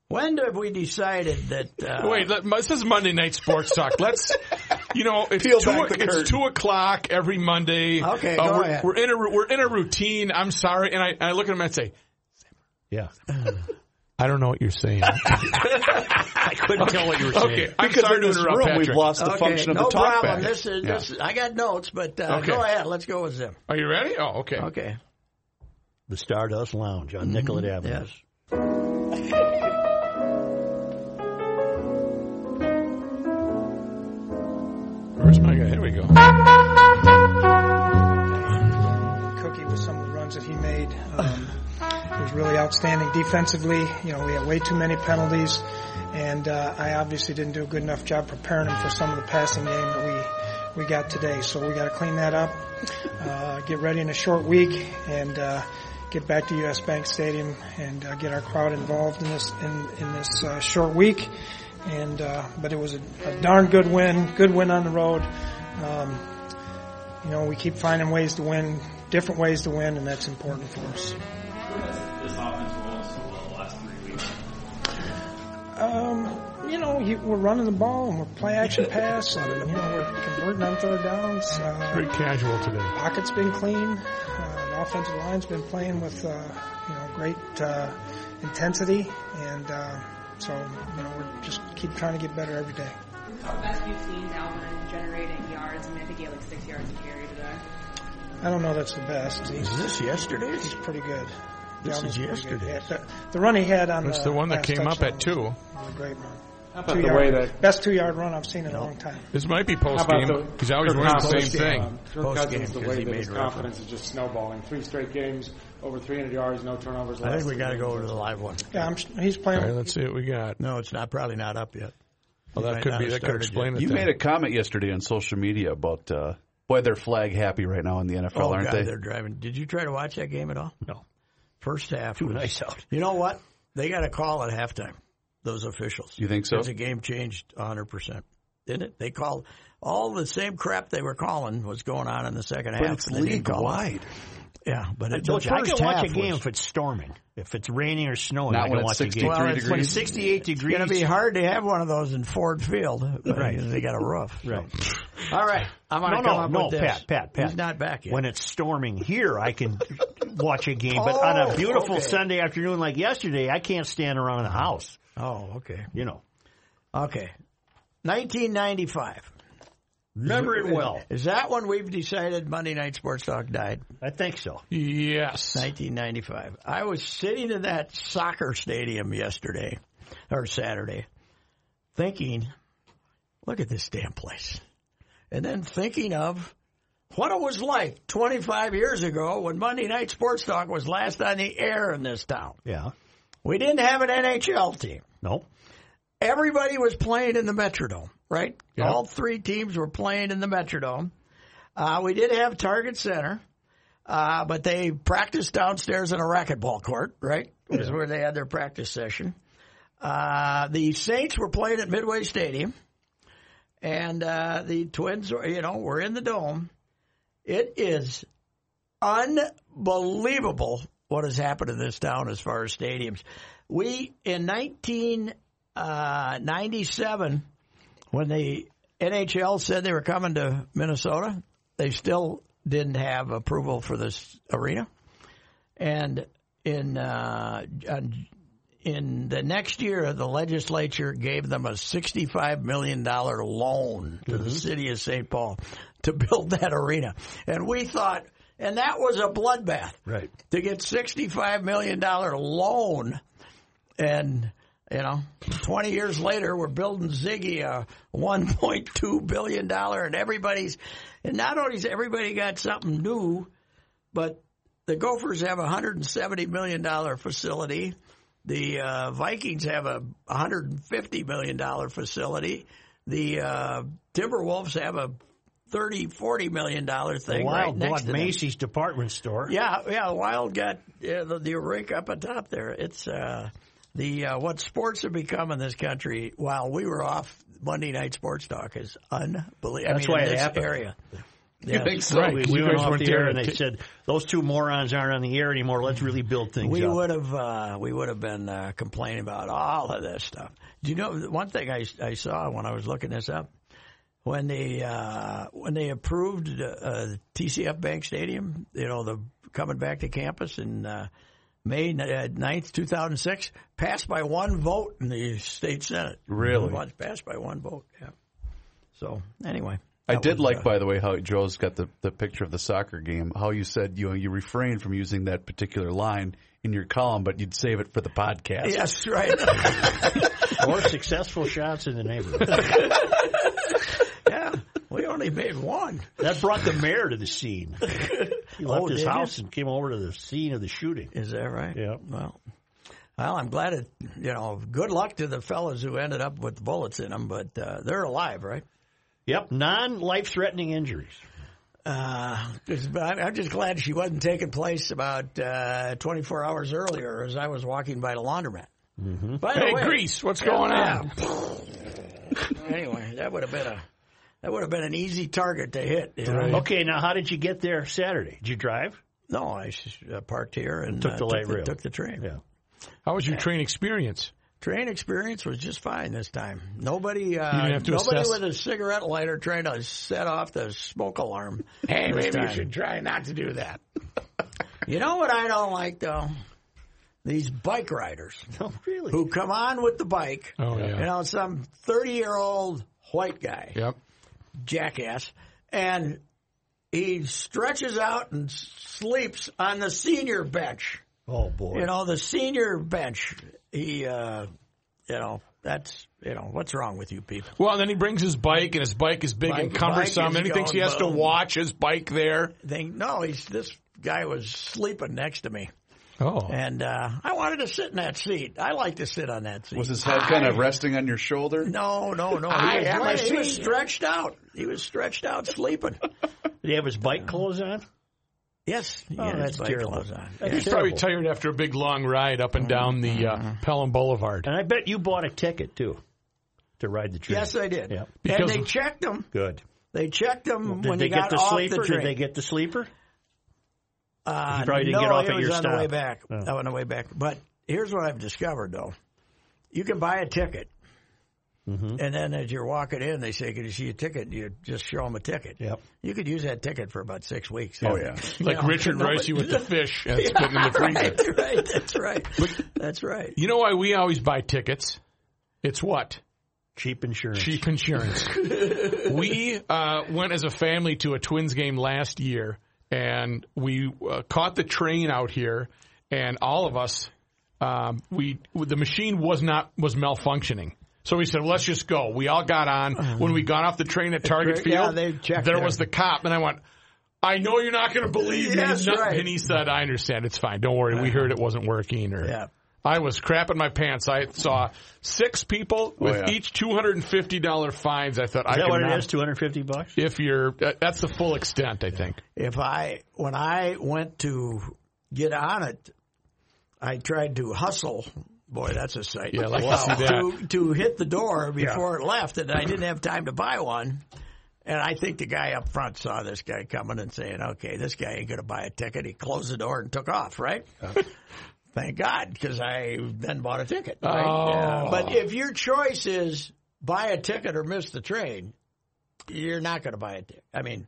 S2: When have we decided that? Uh,
S1: Wait, let, this is Monday Night Sports Talk. Let's, you know, it's,
S6: Peel
S1: two,
S6: back the curtain.
S1: it's two o'clock every Monday.
S2: Okay,
S1: Uh,
S2: go
S1: we're,
S2: ahead.
S1: we're in a ru- we're in a routine. I'm sorry, and I, I look at him and I say,
S3: Yeah.
S1: I don't know what you're saying.
S3: I couldn't tell what you were saying.
S1: okay, I'm
S6: Because
S1: sorry
S6: in
S1: to
S6: this
S1: interrupt,
S6: room,
S1: Patrick.
S6: we've lost the
S2: okay,
S6: function of
S2: no
S6: the talk
S2: problem.
S6: back.
S2: This is
S6: Yeah.
S2: this. I got notes, but uh,
S1: Okay.
S2: go ahead. Let's go with Zim.
S1: Are you ready? Oh, okay.
S2: Okay.
S3: The Stardust Lounge
S2: Mm-hmm.
S3: on Nicollet Avenue.
S2: Yes.
S1: Where's my guy? Here we go.
S7: Cookie with some of the runs that he made. Um, it was really outstanding defensively. You know, we had way too many penalties, and uh, I obviously didn't do a good enough job preparing him for some of the passing game that we we got today. So we got to clean that up, uh, get ready in a short week, and uh, get back to U.S. Bank Stadium and uh, get our crowd involved in this in in this uh, short week. And uh, but it was a, a darn good win, good win on the road. Um, you know, we keep finding ways to win, different ways to win, and that's important for us.
S8: this offense rolls so well
S7: Um, you know, you, we're running the ball and we're play action pass and you know we're converting on third downs. Uh,
S1: Very casual today.
S7: pocket's been clean. Uh, the offensive line's been playing with uh, you know great uh, intensity, and uh, so you know we're just keep trying to get better every day.
S8: best you've seen Alvin generating yards? I mean, I think he had like six yards a carry today.
S7: I don't know that's the best.
S2: Is
S7: He's,
S2: this yesterday's?
S7: he's pretty good.
S2: This is
S7: Dalvin's pretty good.
S2: yesterday.
S7: Yeah, the, the run he had on
S1: That's
S7: the,
S1: the one that
S7: last
S1: came up
S7: touchdown
S1: at two.
S7: was a great run.
S4: How about
S7: Two
S4: the
S7: yard,
S4: way that
S7: best two yard run I've seen in a long time.
S1: This might be post
S4: How
S1: game.
S4: about the-
S1: He's always
S4: Kirk
S1: wearing the
S4: Cousins,
S1: same thing.
S4: um, Kirk
S2: Post
S4: Cousins,
S2: game,
S4: the
S2: 'cause
S4: way
S2: he
S4: that
S2: made
S4: his
S2: a reference.
S4: confidence is just snowballing. Three straight games, over 300 yards, no turnovers.
S2: I think
S4: last
S2: we
S4: three
S2: got to
S4: games.
S2: go over to the live one.
S7: Yeah, I'm, he's playing.
S1: All right, let's see what we got.
S2: No, it's not. Probably not up yet.
S1: Well,
S2: might
S1: that could
S2: not
S1: be.
S2: have
S1: That could
S2: started
S1: explain it.
S6: You
S1: then.
S2: uh,
S6: made a comment yesterday on social media about uh, boy, they're flag happy right now in the NFL,
S2: Oh,
S6: aren't
S2: God,
S6: they?
S2: are driving. Did you try to watch that game at all? No. First half. Too
S3: nice out.
S2: You know what? They got a call at halftime. Those officials.
S6: You think so?
S2: Because the game changed 100 percent, didn't it? They called all the same crap they were calling was going on in the second half.
S6: it's
S2: They didn't
S6: league
S2: call it.
S6: wide.
S2: Yeah, but it,
S3: I told
S2: the
S3: you, I
S2: first
S3: can watch a
S2: half
S3: game
S2: was-
S3: if it's storming. If it's raining or snowing,
S6: Not
S3: I
S6: when
S3: can
S6: it's
S3: watch a game.
S6: 63
S2: Well, it's
S6: degrees.
S2: when it's
S3: 68
S2: It's
S3: degrees.
S2: going to be hard to have one of those in Ford Field. Right. They got a roof.
S3: Right.
S2: All right. I'm
S3: No,
S2: gonna come
S3: no,
S2: up
S3: no,
S2: with this.
S3: Pat, Pat, Pat.
S2: He's not back yet.
S3: When it's storming here, I can watch a game. But on
S2: Oh,
S3: a beautiful
S2: okay.
S3: Sunday afternoon like yesterday, I can't stand around in the house.
S2: oh, okay.
S3: You know,
S2: Okay. 1995.
S3: remember it well.
S2: Is that when we've decided Monday Night Sports Talk died?
S3: I think so.
S1: Yes.
S2: 1995. I was sitting in that soccer stadium yesterday or Saturday thinking, look at this damn place. And then thinking of what it was like 25 years ago when Monday Night Sports Talk was last on the air in this town.
S3: Yeah.
S2: We didn't have an NHL team.
S3: No.
S2: Everybody was playing in the Metrodome, right?
S1: Yeah.
S2: All three teams were playing in the Metrodome. Uh, we did have Target Center, uh, but they practiced downstairs in a racquetball court, right? Is where they had their practice session. Uh, the Saints were playing at Midway Stadium, and uh, the Twins, were, you know, were in the dome. It is unbelievable what has happened in this town as far as stadiums. We in 1997, Uh, when the NHL said they were coming to Minnesota, they still didn't have approval for this arena, and in uh, on- in the next year, the legislature gave them a $65 million loan to the city of St. Paul to build that arena. And we thought, and that was a bloodbath.
S3: Right.
S2: To get $65 million loan. And, you know, 20 years later, we're building Ziggy a $1.2 billion, and everybody's, and not only's everybody got something new, but the Gophers have a $170 million facility. The uh, Vikings have a $150 million facility. The uh, Timberwolves have a $30, $40 million thing right
S3: Wild
S2: next
S3: Blood
S2: to them.
S3: Macy's department store.
S2: Yeah, yeah. Wild got yeah, the, the rink up atop there. It's uh, the uh, what sports have become in this country. While we were off Monday night sports talk is unbelievable.
S3: That's
S2: I mean,
S3: why
S2: in
S3: it
S2: this
S3: happened.
S2: area.
S6: You think so?
S1: Right.
S3: We,
S1: You
S3: we went
S1: guys
S3: off
S1: weren't
S3: the
S1: there
S3: air and
S1: to-
S3: they said, those two morons aren't on the air anymore. Let's really build things
S2: We
S3: up.
S2: would have uh, we would have been uh, complaining about all of this stuff. Do you know one thing I, I saw when I was looking this up? When they uh, when they approved uh, uh, TCF Bank Stadium, you know the coming back to campus in uh, May uh, ninth, two thousand six, passed by one vote in the state senate.
S6: Really?
S2: It was passed by one vote. Yeah. So anyway,
S6: I
S2: that
S6: did
S2: was,
S6: like,
S2: uh,
S6: by the way, how Joe's got the, the picture of the soccer game. How you said you you refrained from using that particular line in your column, but you'd save it for the podcast.
S2: Yes, right.
S3: More successful shots in the neighborhood.
S2: yeah, we only made one.
S3: That brought the mayor to the scene. He left
S2: Oh,
S3: his
S2: did you?
S3: house and came over to the scene of the shooting.
S2: Is that right?
S3: Yeah.
S2: Well, well, I'm glad it. You know, good luck to the fellas who ended up with bullets in them, but uh, they're alive, right?
S3: Yep, non-life-threatening injuries.
S2: Uh, just- but I'm I'm just glad she wasn't taking place about uh, 24 hours earlier as I was walking by the laundromat. Mm-hmm. By the
S1: Hey,
S2: way,
S1: Grease, what's going on?
S2: anyway, that would have been a that would have been an easy target to hit. you know?
S3: Okay, now how did you get there Saturday? Did you drive?
S2: No, I s- uh, parked here and
S3: Took
S2: uh,
S3: the light rail.
S2: took the train.
S3: Yeah.
S1: How was your train experience?
S2: Train experience was just fine this time. Nobody, uh,
S1: didn't have to
S2: nobody
S1: assess-
S2: with a cigarette lighter trying to set off the smoke alarm.
S1: Hey,
S2: this
S1: maybe you
S2: time.
S1: should try not to do that.
S2: You know what I don't like though? These bike riders
S3: Oh, really?
S2: who come on with the bike.
S1: Oh, yeah.
S2: You know, some 30 year old white guy,
S1: Yep.
S2: jackass, and he stretches out and sleeps on the senior bench.
S3: Oh boy.
S2: You know, the senior bench. He, uh, you know, that's, you know, what's wrong with you people?
S1: Well, then he brings his bike, and his bike is big and
S2: Bike- bike
S1: cumbersome.
S2: is
S1: Then he thinks he
S2: going
S1: has to
S2: boom.
S1: watch his bike there.
S2: Think, no, he's, this guy was sleeping next to me.
S1: Oh,
S2: And, uh, I wanted to sit in that seat. I like to sit on that seat.
S6: Was his head kind of resting on your shoulder?
S2: No, no, no. He,
S1: I
S2: was,
S1: am a
S2: laying- he was
S1: senior.
S2: stretched out. He was stretched out sleeping.
S3: Did he have his bike clothes on?
S2: Yes.
S3: Oh,
S2: Yeah,
S3: that's
S2: his bike
S3: terrible.
S2: was on.
S3: That's
S1: he's probably
S3: terrible.
S1: tired after a big long ride up and down the uh, Pelham Boulevard.
S3: and I bet you bought a ticket too to ride the train.
S2: Yes, I did.
S3: Yep.
S1: Because-
S2: And they checked him.
S3: Good.
S2: They checked him
S3: Did
S2: when
S3: they
S2: he got
S3: get the
S2: off
S3: sleeper?
S2: the train.
S3: Did they get the sleeper?
S2: uh,
S3: you probably didn't
S2: no,
S3: get off
S2: it
S3: at
S2: was
S3: your
S2: on the
S3: stop.
S2: way back.
S3: Oh.
S2: On the way back. But here's what I've discovered, though. You can buy a ticket.
S3: Mm-hmm.
S2: And then as you're walking in, they say, can you see a ticket? You just show them a ticket.
S3: Yep.
S2: You could use that ticket for about six weeks.
S6: Oh yeah.
S1: Like
S2: Yeah.
S1: Richard
S2: No,
S1: Ricey
S2: but-
S1: with the fish and spitting in the freezer.
S2: right, right. That's right. That's right.
S1: You know why we always buy tickets? It's what?
S3: Cheap insurance.
S1: Cheap insurance. we uh, went as a family to a Twins game last year, and we uh, caught the train out here, and all of us, um, we the machine was not was malfunctioning. So we said, let's just go. We all got on. When we got off the train at Target
S2: Oh. great. Yeah,
S1: Field,
S2: they checked
S1: there
S2: there.
S1: was the cop, and I went, I know you're not going to believe
S2: Yes,
S1: me. No-
S2: right.
S1: And he said, I understand. It's fine. Don't worry. We heard it wasn't working. Or
S2: Yeah.
S1: I was crapping my pants. I saw six
S2: Oh,
S1: people with
S6: yeah.
S1: each two hundred and fifty dollar fines. I thought I
S3: Is that what
S1: cannot-
S3: it is? Two hundred fifty bucks.
S1: If you're, that- that's the full extent. I think.
S2: if I when I went to get on it, I tried to hustle. Boy, that's a sight.
S1: Yeah, I'd like to see
S2: to to hit the door before it left, and I didn't have time to buy one. And I think the guy up front saw this guy coming and saying, "Okay, this guy ain't going to buy a ticket." He closed the door and took off. Right? Thank God, because I then bought a ticket. Right?
S1: Oh.
S2: but if your choice is buy a ticket or miss the train, you're not going to buy a ticket. I mean.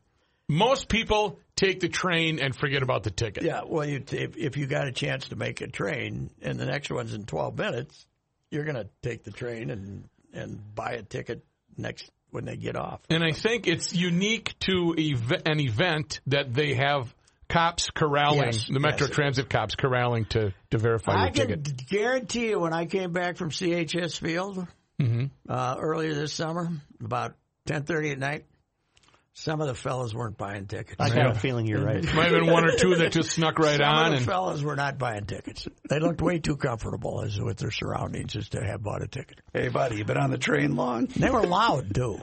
S1: Most people take the train and forget about the ticket.
S2: Yeah, well, you, if, if you got a chance to make a train and the next one's in 12 minutes, you're going to take the train and, and buy a ticket next when they get off.
S1: And I think it's unique to ev- an event that they have cops corralling
S2: Yes,
S1: the Metro
S2: yes, it
S1: Transit cops corralling to to verify
S2: I
S1: your
S2: can
S1: ticket.
S2: guarantee you when I came back from CHS Field
S1: Mm-hmm.
S2: uh, earlier this summer, about 10.30 at night, some of the fellas weren't buying tickets.
S3: I got a feeling you're right.
S1: Might have been one or two that just snuck right
S2: Some
S1: on
S2: of the
S1: and
S2: fellas were not buying tickets. They looked way too comfortable as with their surroundings as to have bought a ticket.
S6: Hey buddy, you been on the train long?
S2: They were loud too.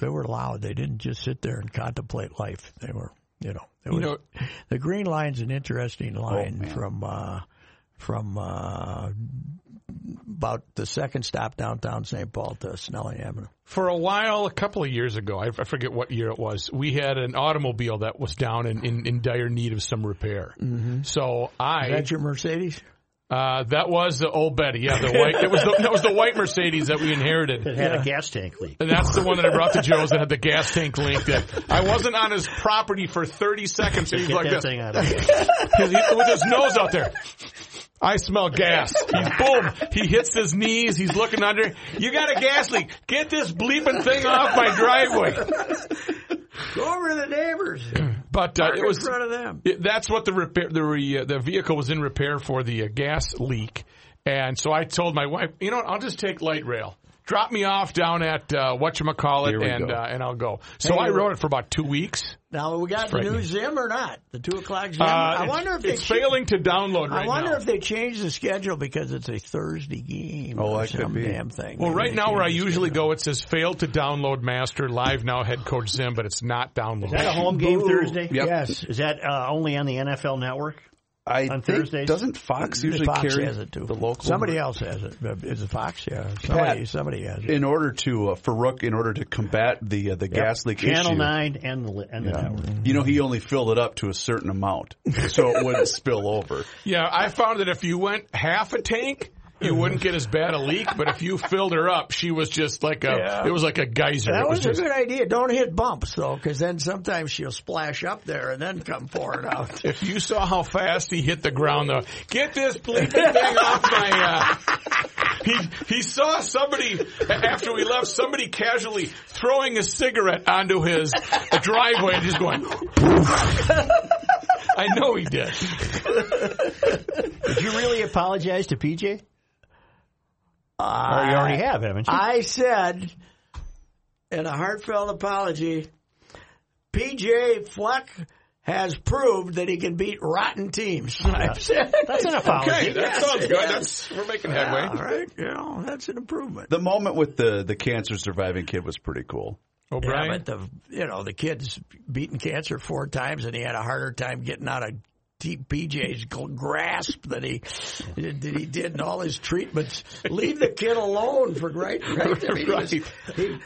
S2: They were loud. They didn't just sit there and contemplate life. They were, you know, it was,
S1: know-
S2: the green line's an interesting line from uh, from uh, about the second stop downtown St. Paul to Snelling Avenue.
S1: For a while, a couple of years ago, I I forget what year it was, we had an automobile that was down in, in, in dire need of some repair. So I,
S2: Is that your Mercedes?
S1: uh, that was the old Betty. Yeah, the white, it was the, that was the white Mercedes that we inherited.
S3: It had a gas tank leak.
S1: And that's the one that I brought to Joe's that had the gas tank leak that I wasn't on his property for 30 seconds. And he's
S3: Get
S1: like this,
S3: that thing out of here.
S1: his- he- with his nose out there. I smell gas. He, boom. He hits his knees. He's looking under. You got a gas leak. Get this bleeping thing off my driveway.
S2: Go over to the neighbors.
S1: But uh, it
S2: in
S1: was
S2: front of them.
S1: it- that's what the repair the re, uh, the vehicle was in repair for the uh, gas leak, and so I told my wife, you know, what, I'll just take light rail. Drop me off down at uh, what you call it,
S6: Here we
S1: and
S6: go.
S1: uh, and I'll go. So
S2: Hey,
S1: I
S2: you-
S1: rode it for about two weeks.
S2: Now we got the
S1: frightening.
S2: new Zim or not? The two o'clock Zim.
S1: Uh,
S2: I
S1: it's-
S2: wonder if they
S1: it's failing to download right
S2: I wonder
S1: now.
S2: if they changed the schedule because it's a Thursday game.
S6: Oh,
S2: or
S6: that could
S2: some
S6: be.
S2: damn thing.
S1: well,
S2: Maybe
S1: right
S2: they
S1: now where I
S2: changed the
S1: usually
S2: schedule.
S1: go, it says failed to download master live now head coach Zim, but it's not downloading.
S3: Is that a home game
S2: Boo.
S3: Thursday?
S6: Yep.
S2: Yes.
S3: Is that uh, only on the NFL Network?
S6: I
S3: On
S6: think
S3: Thursdays?
S6: doesn't Fox usually
S2: Fox
S6: carry
S2: has it too.
S6: the local
S2: Somebody else has it. Is it Fox? Yeah. Somebody,
S6: Pat.
S2: somebody has it.
S6: in order to uh, Farouk in order to combat the uh, the gas leak
S3: Channel
S6: issue.
S3: Nine and the and the network.
S6: You know, he only filled it up to a certain amount, so it wouldn't spill over.
S1: Yeah, I found that if you went half a tank, you wouldn't get as bad a leak, but if you filled her up, she was just like a,
S2: Yeah.
S1: it was like a geyser.
S2: That
S1: It
S2: was a
S1: just-
S2: good idea. Don't hit bumps though, because then sometimes she'll splash up there and then come pouring out.
S1: if you saw how fast he hit the ground, though, get this bleeping thing off my. Uh, he he saw somebody after we left. Somebody casually throwing a cigarette onto his driveway and just going. I know he did.
S3: Did you really apologize to PJ? or Oh, you already have, haven't you?
S2: I said, in a heartfelt apology, PJ Fleck has proved that he can beat rotten teams. I said,
S3: That's an apology.
S1: Hey, that
S2: Yes,
S1: sounds good.
S2: yes.
S1: That's we're making
S2: Yeah,
S1: headway.
S2: all right, you know that's an improvement.
S6: The moment with the the cancer surviving kid was pretty cool.
S2: Yeah,
S1: O'Brien.
S2: but the you know the kid's beaten cancer four times, and he had a harder time getting out of deep PJ's gl- grasp than he that he did in all his treatments. Leave the kid alone for great. right? I mean, he was- he-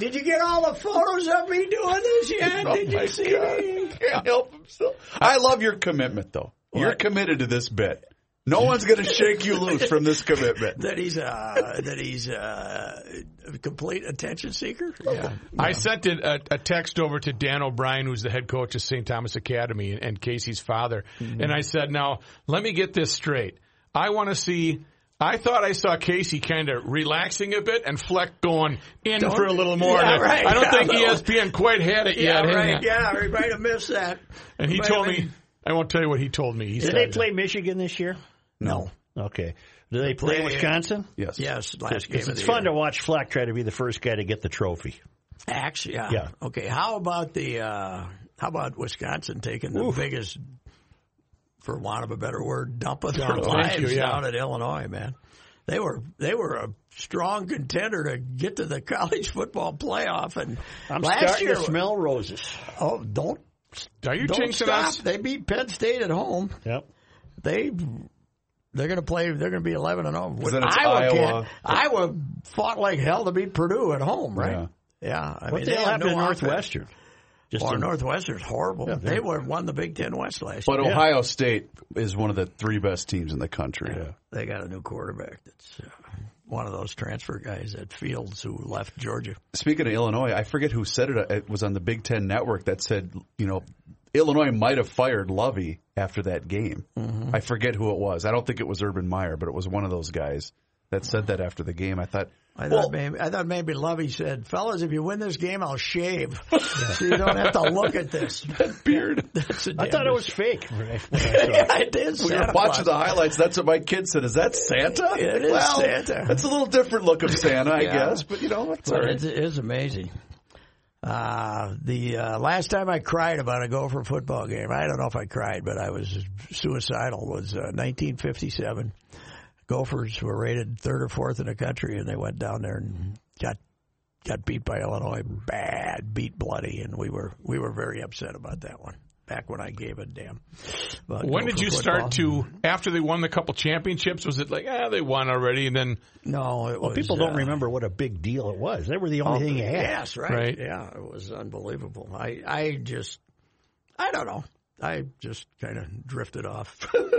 S2: did you get all the photos of me doing this yet?
S6: Oh
S2: did
S6: my
S2: you see
S6: God.
S2: me?
S6: Can't help himself. I love your commitment, though. You're committed to this bit. No one's going to shake you loose from this commitment.
S2: That he's uh, that he's uh, a complete attention seeker. Yeah.
S1: I sent it, a, a text over to Dan O'Brien, who's the head coach of St. Thomas Academy and, and Casey's father.
S2: Mm-hmm.
S1: And I said, now, let me get this straight. I want to see, I thought I saw Casey kind of relaxing a bit and Fleck going in for a little more.
S2: Yeah,
S1: And I-
S2: right.
S1: I don't
S2: Yeah,
S1: think E
S2: no.
S1: ESPN quite had it
S2: Yeah,
S1: yet. Hang
S2: right.
S1: on.
S2: Yeah, we might have missed that.
S1: And he
S2: Might
S1: told
S2: have
S1: me, I won't tell you what he told me. He
S3: Did
S1: said,
S3: they play Michigan this year?
S6: No.
S3: Okay. Do they play
S2: play-
S3: Wisconsin?
S6: Yes.
S2: Yes, last game.
S3: It's,
S2: of the
S3: fun
S2: year.
S3: to watch Fleck try to be the first guy to get the trophy.
S2: Actually, yeah.
S3: Yeah.
S2: Okay, how about the uh, how about Wisconsin taking the biggest, for want of a better word, dump of their
S1: Dump, thank
S2: lives
S1: you, yeah.
S2: down at Illinois, man. They were they were a strong contender to get to the college football playoff, and
S3: I'm
S2: last
S3: starting
S2: year,
S3: to smell roses.
S2: oh, don't
S1: Are you
S2: don't
S1: jinxing
S2: stop.
S1: us?
S2: They beat Penn State at home.
S3: Yep.
S2: They they're going to play. They're going to be eleven and oh. zero.
S6: Then it's Iowa.
S2: can't- Iowa fought like hell to beat Purdue at home, right? Yeah, I
S3: What
S2: mean,
S3: the
S2: they
S3: hell
S2: had
S3: happened
S2: no
S3: to
S2: offense.
S3: Northwestern? Just
S2: Well,
S3: in-
S2: Northwestern's horrible. they would have won the Big Ten West last
S6: But
S2: year.
S6: Ohio State is one of the three best teams in the country.
S2: They got a new quarterback that's uh, one of those transfer guys at Fields who left Georgia.
S6: Speaking of Illinois, I forget who said it. It was on the Big Ten Network that said, you know, Illinois might have fired Lovey after that game.
S2: Mm-hmm.
S6: I forget who it was. I don't think it was Urban Meyer, but it was one of those guys that said that after the game. I thought,
S2: I
S6: well,
S2: thought maybe I thought maybe Lovey said, "Fellas, if you win this game, I'll shave, so you don't have to look at this beard." That's a
S3: I thought it
S2: damn-
S3: was fake. when I- when I saw
S2: yeah,
S3: it.
S2: I did.
S6: we were
S2: Santa
S6: watching
S2: Claus.
S6: the highlights. That's what my kid said. Is that Santa?
S2: It is
S6: well,
S2: Santa.
S6: That's a little different look of Santa, I
S2: Yeah.
S6: guess. But you know, it's all
S2: But
S6: right.
S2: it's, it's amazing. Uh, the uh, last time I cried about a Gopher football game, I don't know if I cried, but I was suicidal, was uh, 1957. Gophers were rated third or fourth in the country, and they went down there and got got beat by Illinois bad, beat bloody, and we were we were very upset about that one. Back when I gave a damn. about
S1: When did
S2: Gopher
S1: you
S2: football.
S1: start to, after they won the couple championships, was it like, ah, they won already? And then
S2: No, it was,
S3: People
S2: uh,
S3: don't remember what a big deal it was. They were the only thing you had.
S2: Yes, right.
S1: Right.
S2: Yeah, it was unbelievable. I, I just, I don't know. I just kind of drifted off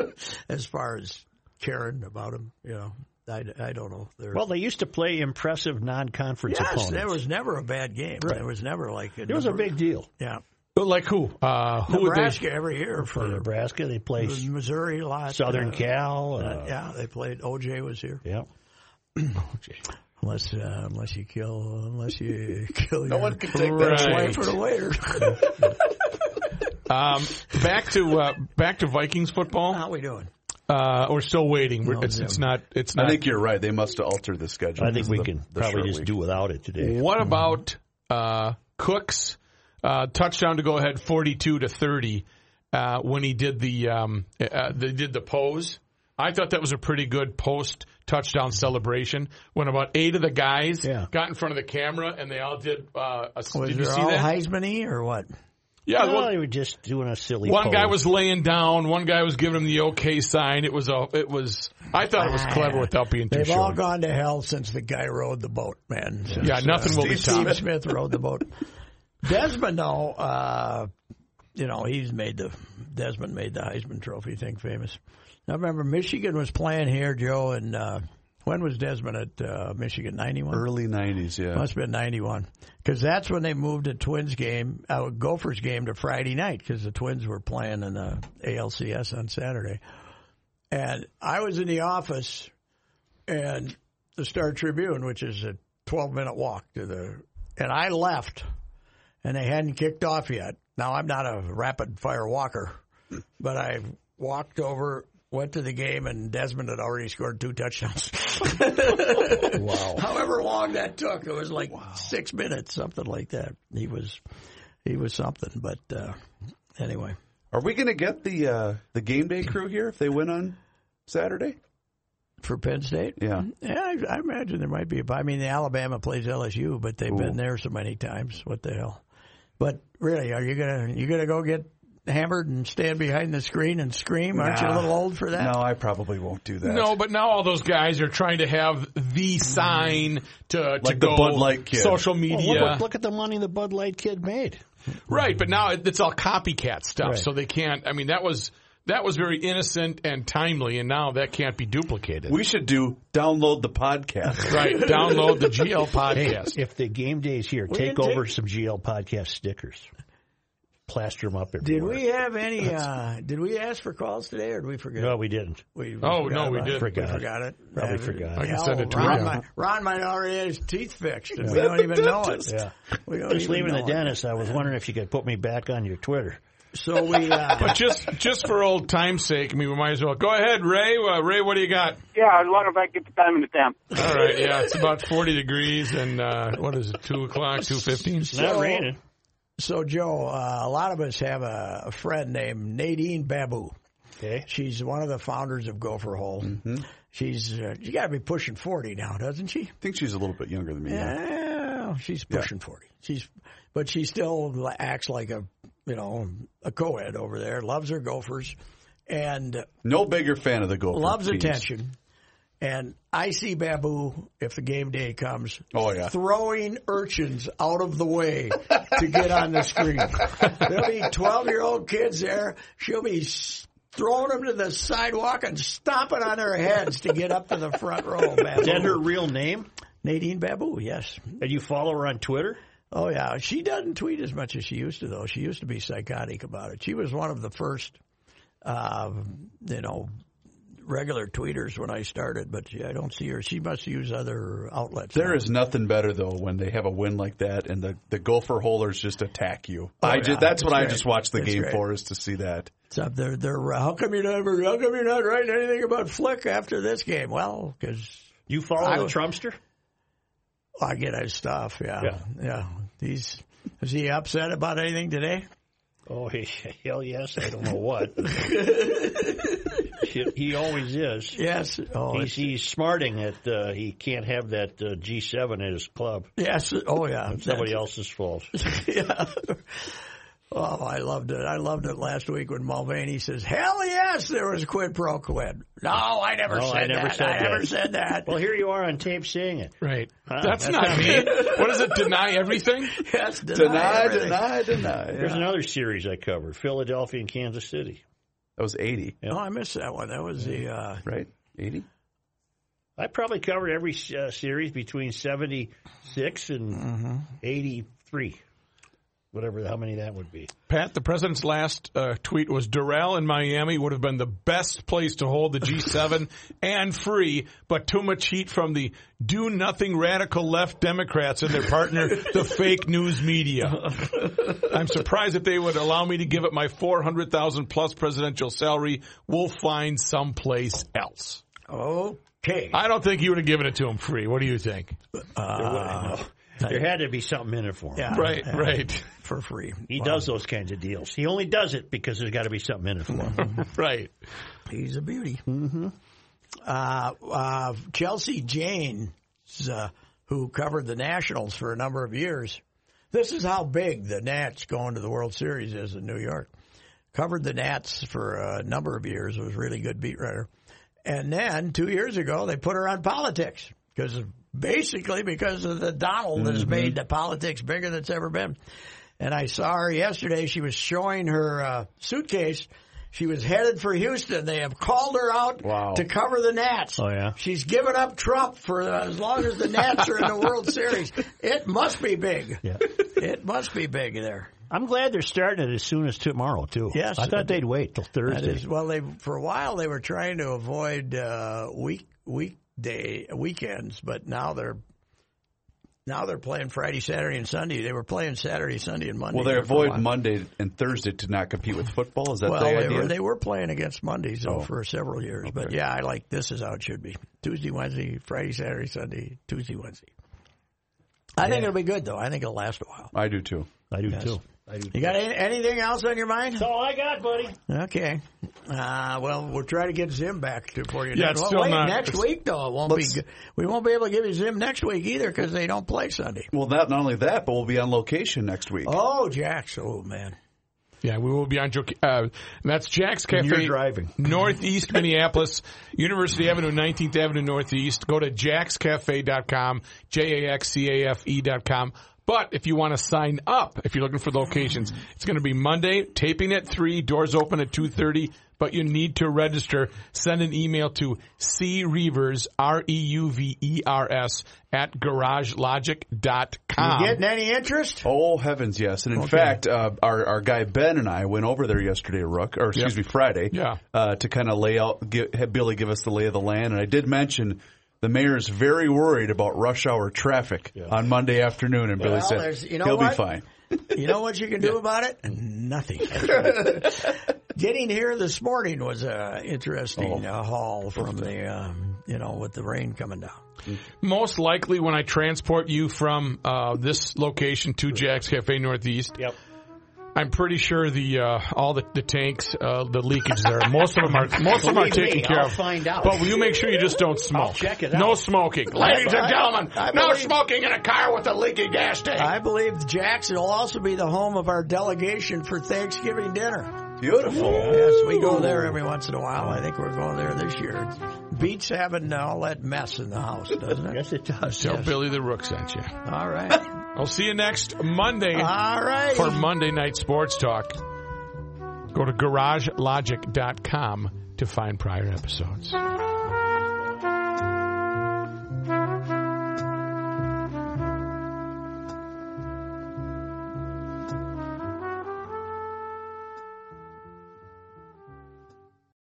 S2: as far as caring about him. You know, I, I don't know. There,
S3: Well, they used to play impressive non-conference
S2: yes,
S3: opponents.
S2: there was never a bad game. There was never like a
S3: it was a
S2: number-
S3: big deal.
S2: yeah.
S1: like who? Uh, who would they?
S2: Nebraska every year
S3: For
S2: for
S3: Nebraska, they played
S2: Missouri a lot.
S3: Southern
S2: uh,
S3: Cal. Uh, yeah.
S2: Yeah, they played. OJ was here. Unless, uh, unless you kill, unless you kill
S6: no
S2: your
S6: one can take that.
S1: Right.
S2: wife or the waiter.
S1: Um, back to uh, back to Vikings
S2: How
S1: football.
S2: we doing?
S1: Uh, we're still waiting. We're,
S2: No,
S1: it's,
S2: no.
S1: it's not. It's
S6: I
S1: not.
S6: think you're right. They must have altered the schedule.
S3: I think we
S6: The-
S3: can
S6: the
S3: probably
S6: short
S3: just
S6: week.
S3: do without it today.
S1: what about uh, Cooks uh, touchdown to go ahead, forty-two to thirty, uh, when he did the um, uh, they did the pose. I thought that was a pretty good post touchdown celebration when about eight of the guys
S3: Yeah.
S1: got in front of the camera and they all did. Uh, a,
S2: Was
S1: did you
S2: there
S1: see
S2: all
S1: that?
S2: Heisman-y or what?
S1: yeah,
S3: Well,
S1: well,
S3: they were just doing a silly.
S1: One guy was
S3: pose.
S1: laying down. One guy was giving him the okay sign. It was a. It was. I thought it was clever without being too
S2: Ah. They've
S1: sure.
S2: all gone to hell since the guy rode the boat, man. Since,
S1: yeah, nothing will
S2: uh,
S1: be
S2: Steve
S1: stopped.
S2: Smith rode the boat. Desmond, though, uh, you know, he's made the Desmond made the Heisman Trophy thing famous. I remember Michigan was playing here, Joe, and uh, when was Desmond at uh, Michigan? 91?
S6: Early '90s, yeah.
S2: Must have been 91. Because that's when they moved the Twins game, uh, Gophers game to Friday night because the Twins were playing in the ALCS on Saturday. And I was in the office and the Star Tribune, which is a 12 minute walk to the, and I left and they hadn't kicked off yet. Now I'm not a rapid fire walker, but I walked over, went to the game and Desmond had already scored two touchdowns. wow. However long that took, it was like six minutes, something like that. He was, he was something, but, uh, anyway.
S6: Are we going to get the uh, the game day crew here if they win on Saturday?
S2: For Penn State?
S6: Yeah.
S2: Yeah, I, I imagine there might be. a- I mean, Alabama plays LSU, but they've been there so many times. What the hell? But really, are you gonna you gonna go get hammered and stand behind the screen and scream? Aren't you a
S6: Nah.
S2: little old for that?
S6: No, I probably won't do that.
S1: No, but now all those guys are trying to have the sign to, to
S6: Like the
S1: go
S6: Bud Light kid.
S1: social
S3: Well,
S1: media.
S3: look, Oh, what- look at the uh, money the Bud Light kid made.
S1: Right, but now it- it's all copycat stuff, so they can't. I mean, that was that was very innocent and timely, and now that can't be duplicated.
S6: We should do download the podcast.
S1: right, download the GL
S3: Hey,
S1: podcast.
S3: if the game day is here, take
S2: didn't
S3: over some GL podcast stickers, plaster them up.
S2: Did
S3: Everywhere.
S2: we have any? Uh, did we ask for calls today, or did we forget?
S3: No, we didn't.
S2: We, we
S1: Oh,
S2: forgot
S1: no, we
S2: about
S1: didn't.
S2: It.
S3: Forgot.
S2: We forgot it.
S3: Probably
S2: Uh,
S3: forgot.
S1: I can
S2: hell,
S1: send it to
S2: Ron,
S1: Ron.
S2: Might, Ron might already have his teeth fixed, and we don't even know it.
S3: Yeah.
S2: We don't
S3: Just
S2: even
S3: leaving the
S2: know it.
S3: dentist. I was wondering if you could put me back on your Twitter.
S2: So we. Uh,
S1: But just just for old time's sake, I mean, we might as well go ahead, Ray. Uh, Ray, what do you got?
S9: Yeah, I was wondering if I could get the time in the temp.
S1: All right, yeah, it's about forty degrees, and uh, what is it? Two o'clock, two fifteen.
S3: It's not raining.
S2: So, Joe, uh, a lot of us have a, a friend named Nadine Babu.
S3: Okay.
S2: She's one of the founders of Gopher Hole. She's uh, she got to be pushing forty now, doesn't she?
S6: I think she's a little bit younger than me. yeah.
S2: Yeah, she's pushing forty. She's, but she still acts like a you know a co-ed over there. Loves her Gophers, and
S6: No bigger fan of the Gopher.
S2: loves
S6: teams.
S2: attention. And I see Babu if the game day comes.
S6: Oh, yeah.
S2: throwing urchins out of the way to get on the screen. There'll be twelve-year-old kids there. She'll be s- throwing them to the sidewalk and stomping on their heads to get up to the front row. Babu.
S3: Is that her real name?
S2: Nadine Babu, yes.
S3: And you follow her on Twitter?
S2: Oh yeah, she doesn't tweet as much as she used to though. She used to be psychotic about it. She was one of the first, uh, you know, regular tweeters when I started. But she, I don't see her. She must use other outlets.
S6: There is nothing better though when they have a win like that and the, the Gopher holers just attack you. I
S2: Oh, yeah.
S6: just, that's what
S2: That's
S6: I
S2: great.
S6: just watch the
S2: That's
S6: game
S2: great.
S6: for is to see that.
S2: So they're, they're, uh, how come you're never? How come you're not writing anything about Flick after this game? Well, because
S3: You follow
S2: I
S3: the
S2: was-
S3: Trumpster?
S2: I get his stuff. Yeah,
S3: Yeah.
S2: yeah. He's is he upset about anything today?
S3: Oh, he, hell yes. I don't know what. he, he always is.
S2: Yes. Oh,
S3: He's, he's smarting that uh, he can't have that uh, G7 at his club.
S2: yes. Oh, yeah.
S3: Somebody else's fault.
S2: yeah. Oh, I loved it. I loved it last week when Mulvaney says, "Hell yes, there was quid pro quid." No, I never
S3: No, I
S2: said
S3: never
S2: that.
S3: said
S2: I never
S3: that.
S2: said that.
S3: Well, here you are on tape saying it.
S1: Right,
S3: Huh,
S1: that's,
S3: Ah,
S1: not
S3: that's not
S1: me. what does it deny everything?
S2: yes, deny,
S6: Deny,
S2: everything.
S6: deny, deny. Yeah.
S3: There's another series I covered Philadelphia and Kansas City.
S6: That was 80,
S2: Oh, I missed that one. That was the uh,
S6: right? 80?
S3: I probably covered every uh, series between 76 and 83, whatever, how many that would be.
S1: Pat, the president's last uh, tweet was Doral in Miami would have been the best place to hold the G7 and free, but too much heat from the do nothing radical left Democrats and their partner, the fake news media. I'm surprised that they would allow me to give up my 400,000 plus presidential salary. We'll find someplace else.
S2: uh, okay.
S1: I don't think you would have given it to him free. What do you think?
S3: There had to be something in it for him.
S2: Uh, Yeah,
S1: Right,
S2: yeah,
S1: right,
S2: Uh, for free.
S3: He does those kinds of deals. He only does it because there's got to be something in it for
S2: Mm-hmm.
S3: him.
S1: right.
S2: He's a beauty. Mm-hmm. Uh, uh, Chelsea Jane, uh, who covered the Nationals for a number of years, this is how big the Nats going to the World Series is in New York. Covered the Nats for a number of years. Was a really good beat writer, and then two years ago they put her on politics because basically because of the Donald has made the politics bigger than it's ever been. And I saw her yesterday. She was showing her uh, suitcase, She was headed for Houston. They have called her out
S6: Wow.
S2: to cover the Nats.
S3: Oh, yeah.
S2: She's given up Trump for as long as the Nats are in the World Series. It must be big.
S3: Yeah.
S2: It must be big there.
S3: I'm glad they're starting it as soon as tomorrow too.
S2: Yes.
S3: I thought they'd wait till
S2: That
S3: Thursday.
S2: is, well, they for a while they were trying to avoid uh, week weekday weekends, but now they're now they're playing Friday, Saturday, and Sunday. They were playing Saturday, Sunday, and Monday.
S6: Well, they
S2: there for a
S6: avoid
S2: while.
S6: Monday and Thursday to not compete with football. Is that
S2: Well,
S6: the
S2: they
S6: idea?
S2: were, they were playing against Monday so
S6: Oh.
S2: for several years, but
S6: Okay.
S2: yeah, I like this is how it should be: Tuesday, Wednesday, Friday, Saturday, Sunday, Tuesday, Wednesday. I think it'll be good though. I think it'll last a while.
S6: I do too.
S3: I do too.
S2: You got any, anything else on your mind?
S3: All I got, buddy.
S2: Okay. Uh, well, we'll try to get Zim back to for you.
S1: Yeah,
S2: next-
S1: it's
S2: well,
S1: still
S2: wait,
S1: not-
S2: next week though. It won't be.
S6: Let's-
S2: good. We won't be able to give you Zim next week either because they don't play Sunday.
S6: Well, not, not only that, but we'll be on location next week.
S2: Oh, Jax. Oh man.
S1: Yeah, we will be on. Joe- Uh, that's Jack's Cafe.
S3: And you're driving.
S1: Northeast Minneapolis, University Avenue, 19th Avenue Northeast. Go to jackscafe.com, J A X C A F E.com. But if you want to sign up, if you're looking for locations, it's going to be Monday, taping at 3, doors open at 2.30, but you need to register. Send an email to creevers, R-E-U-V-E-R-S, E at garagelogic.com.
S2: Getting any interest?
S6: Oh heavens, yes! And in fact, uh, our our guy Ben and I went over there yesterday, Rook, or excuse me, Friday,
S1: Yeah.
S6: uh, to kind of lay out, get, have Billy give us the lay of the land. And I did mention the mayor's very worried about rush hour traffic on Monday afternoon, and Billy
S2: Well,
S6: said
S2: there's- you know
S6: he'll
S2: what?
S6: be fine.
S2: You know what you can do about it? Nothing. Getting here this morning was a
S3: Oh.
S2: interesting uh, haul from the um, you know with the rain coming down.
S1: most likely when I transport you from uh, this location to Jack's Cafe Northeast.
S3: Yep.
S1: I'm pretty sure the uh, all the, the tanks, uh, the leakages there. Most of them are most of them are
S3: Believe me,
S1: taken care
S3: I'll
S1: of.
S3: find out.
S1: But will you make sure you just don't smoke?
S3: check it
S1: No
S3: out.
S1: smoking, ladies and
S2: I-
S1: gentlemen.
S2: I
S1: no
S2: believe-
S1: smoking in a car with a leaky gas tank.
S2: I believe Jackson will also be the home of our delegation for Thanksgiving dinner.
S6: Beautiful.
S2: Yes, we go there every once in a while. I think we're going there this year. Beats having all that mess in the house, doesn't it?
S3: Yes, it does.
S1: Tell Billy the Rook sent you.
S2: All right.
S1: I'll see you next Monday
S3: Ah.
S2: All right.
S1: for Monday Night Sports Talk. Go to garagelogic.com to find prior episodes.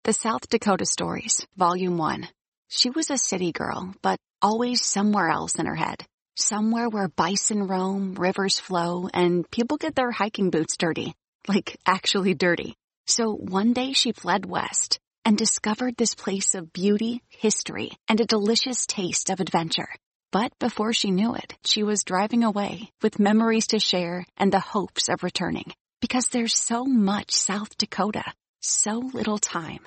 S10: The South Dakota Stories, Volume 1. She was a city girl, but always somewhere else in her head. Somewhere where bison roam, rivers flow, and people get their hiking boots dirty. Like, actually dirty. So one day she fled west and discovered this place of beauty, history, and a delicious taste of adventure. But before she knew it, she was driving away with memories to share and the hopes of returning. Because there's so much South Dakota, so little time,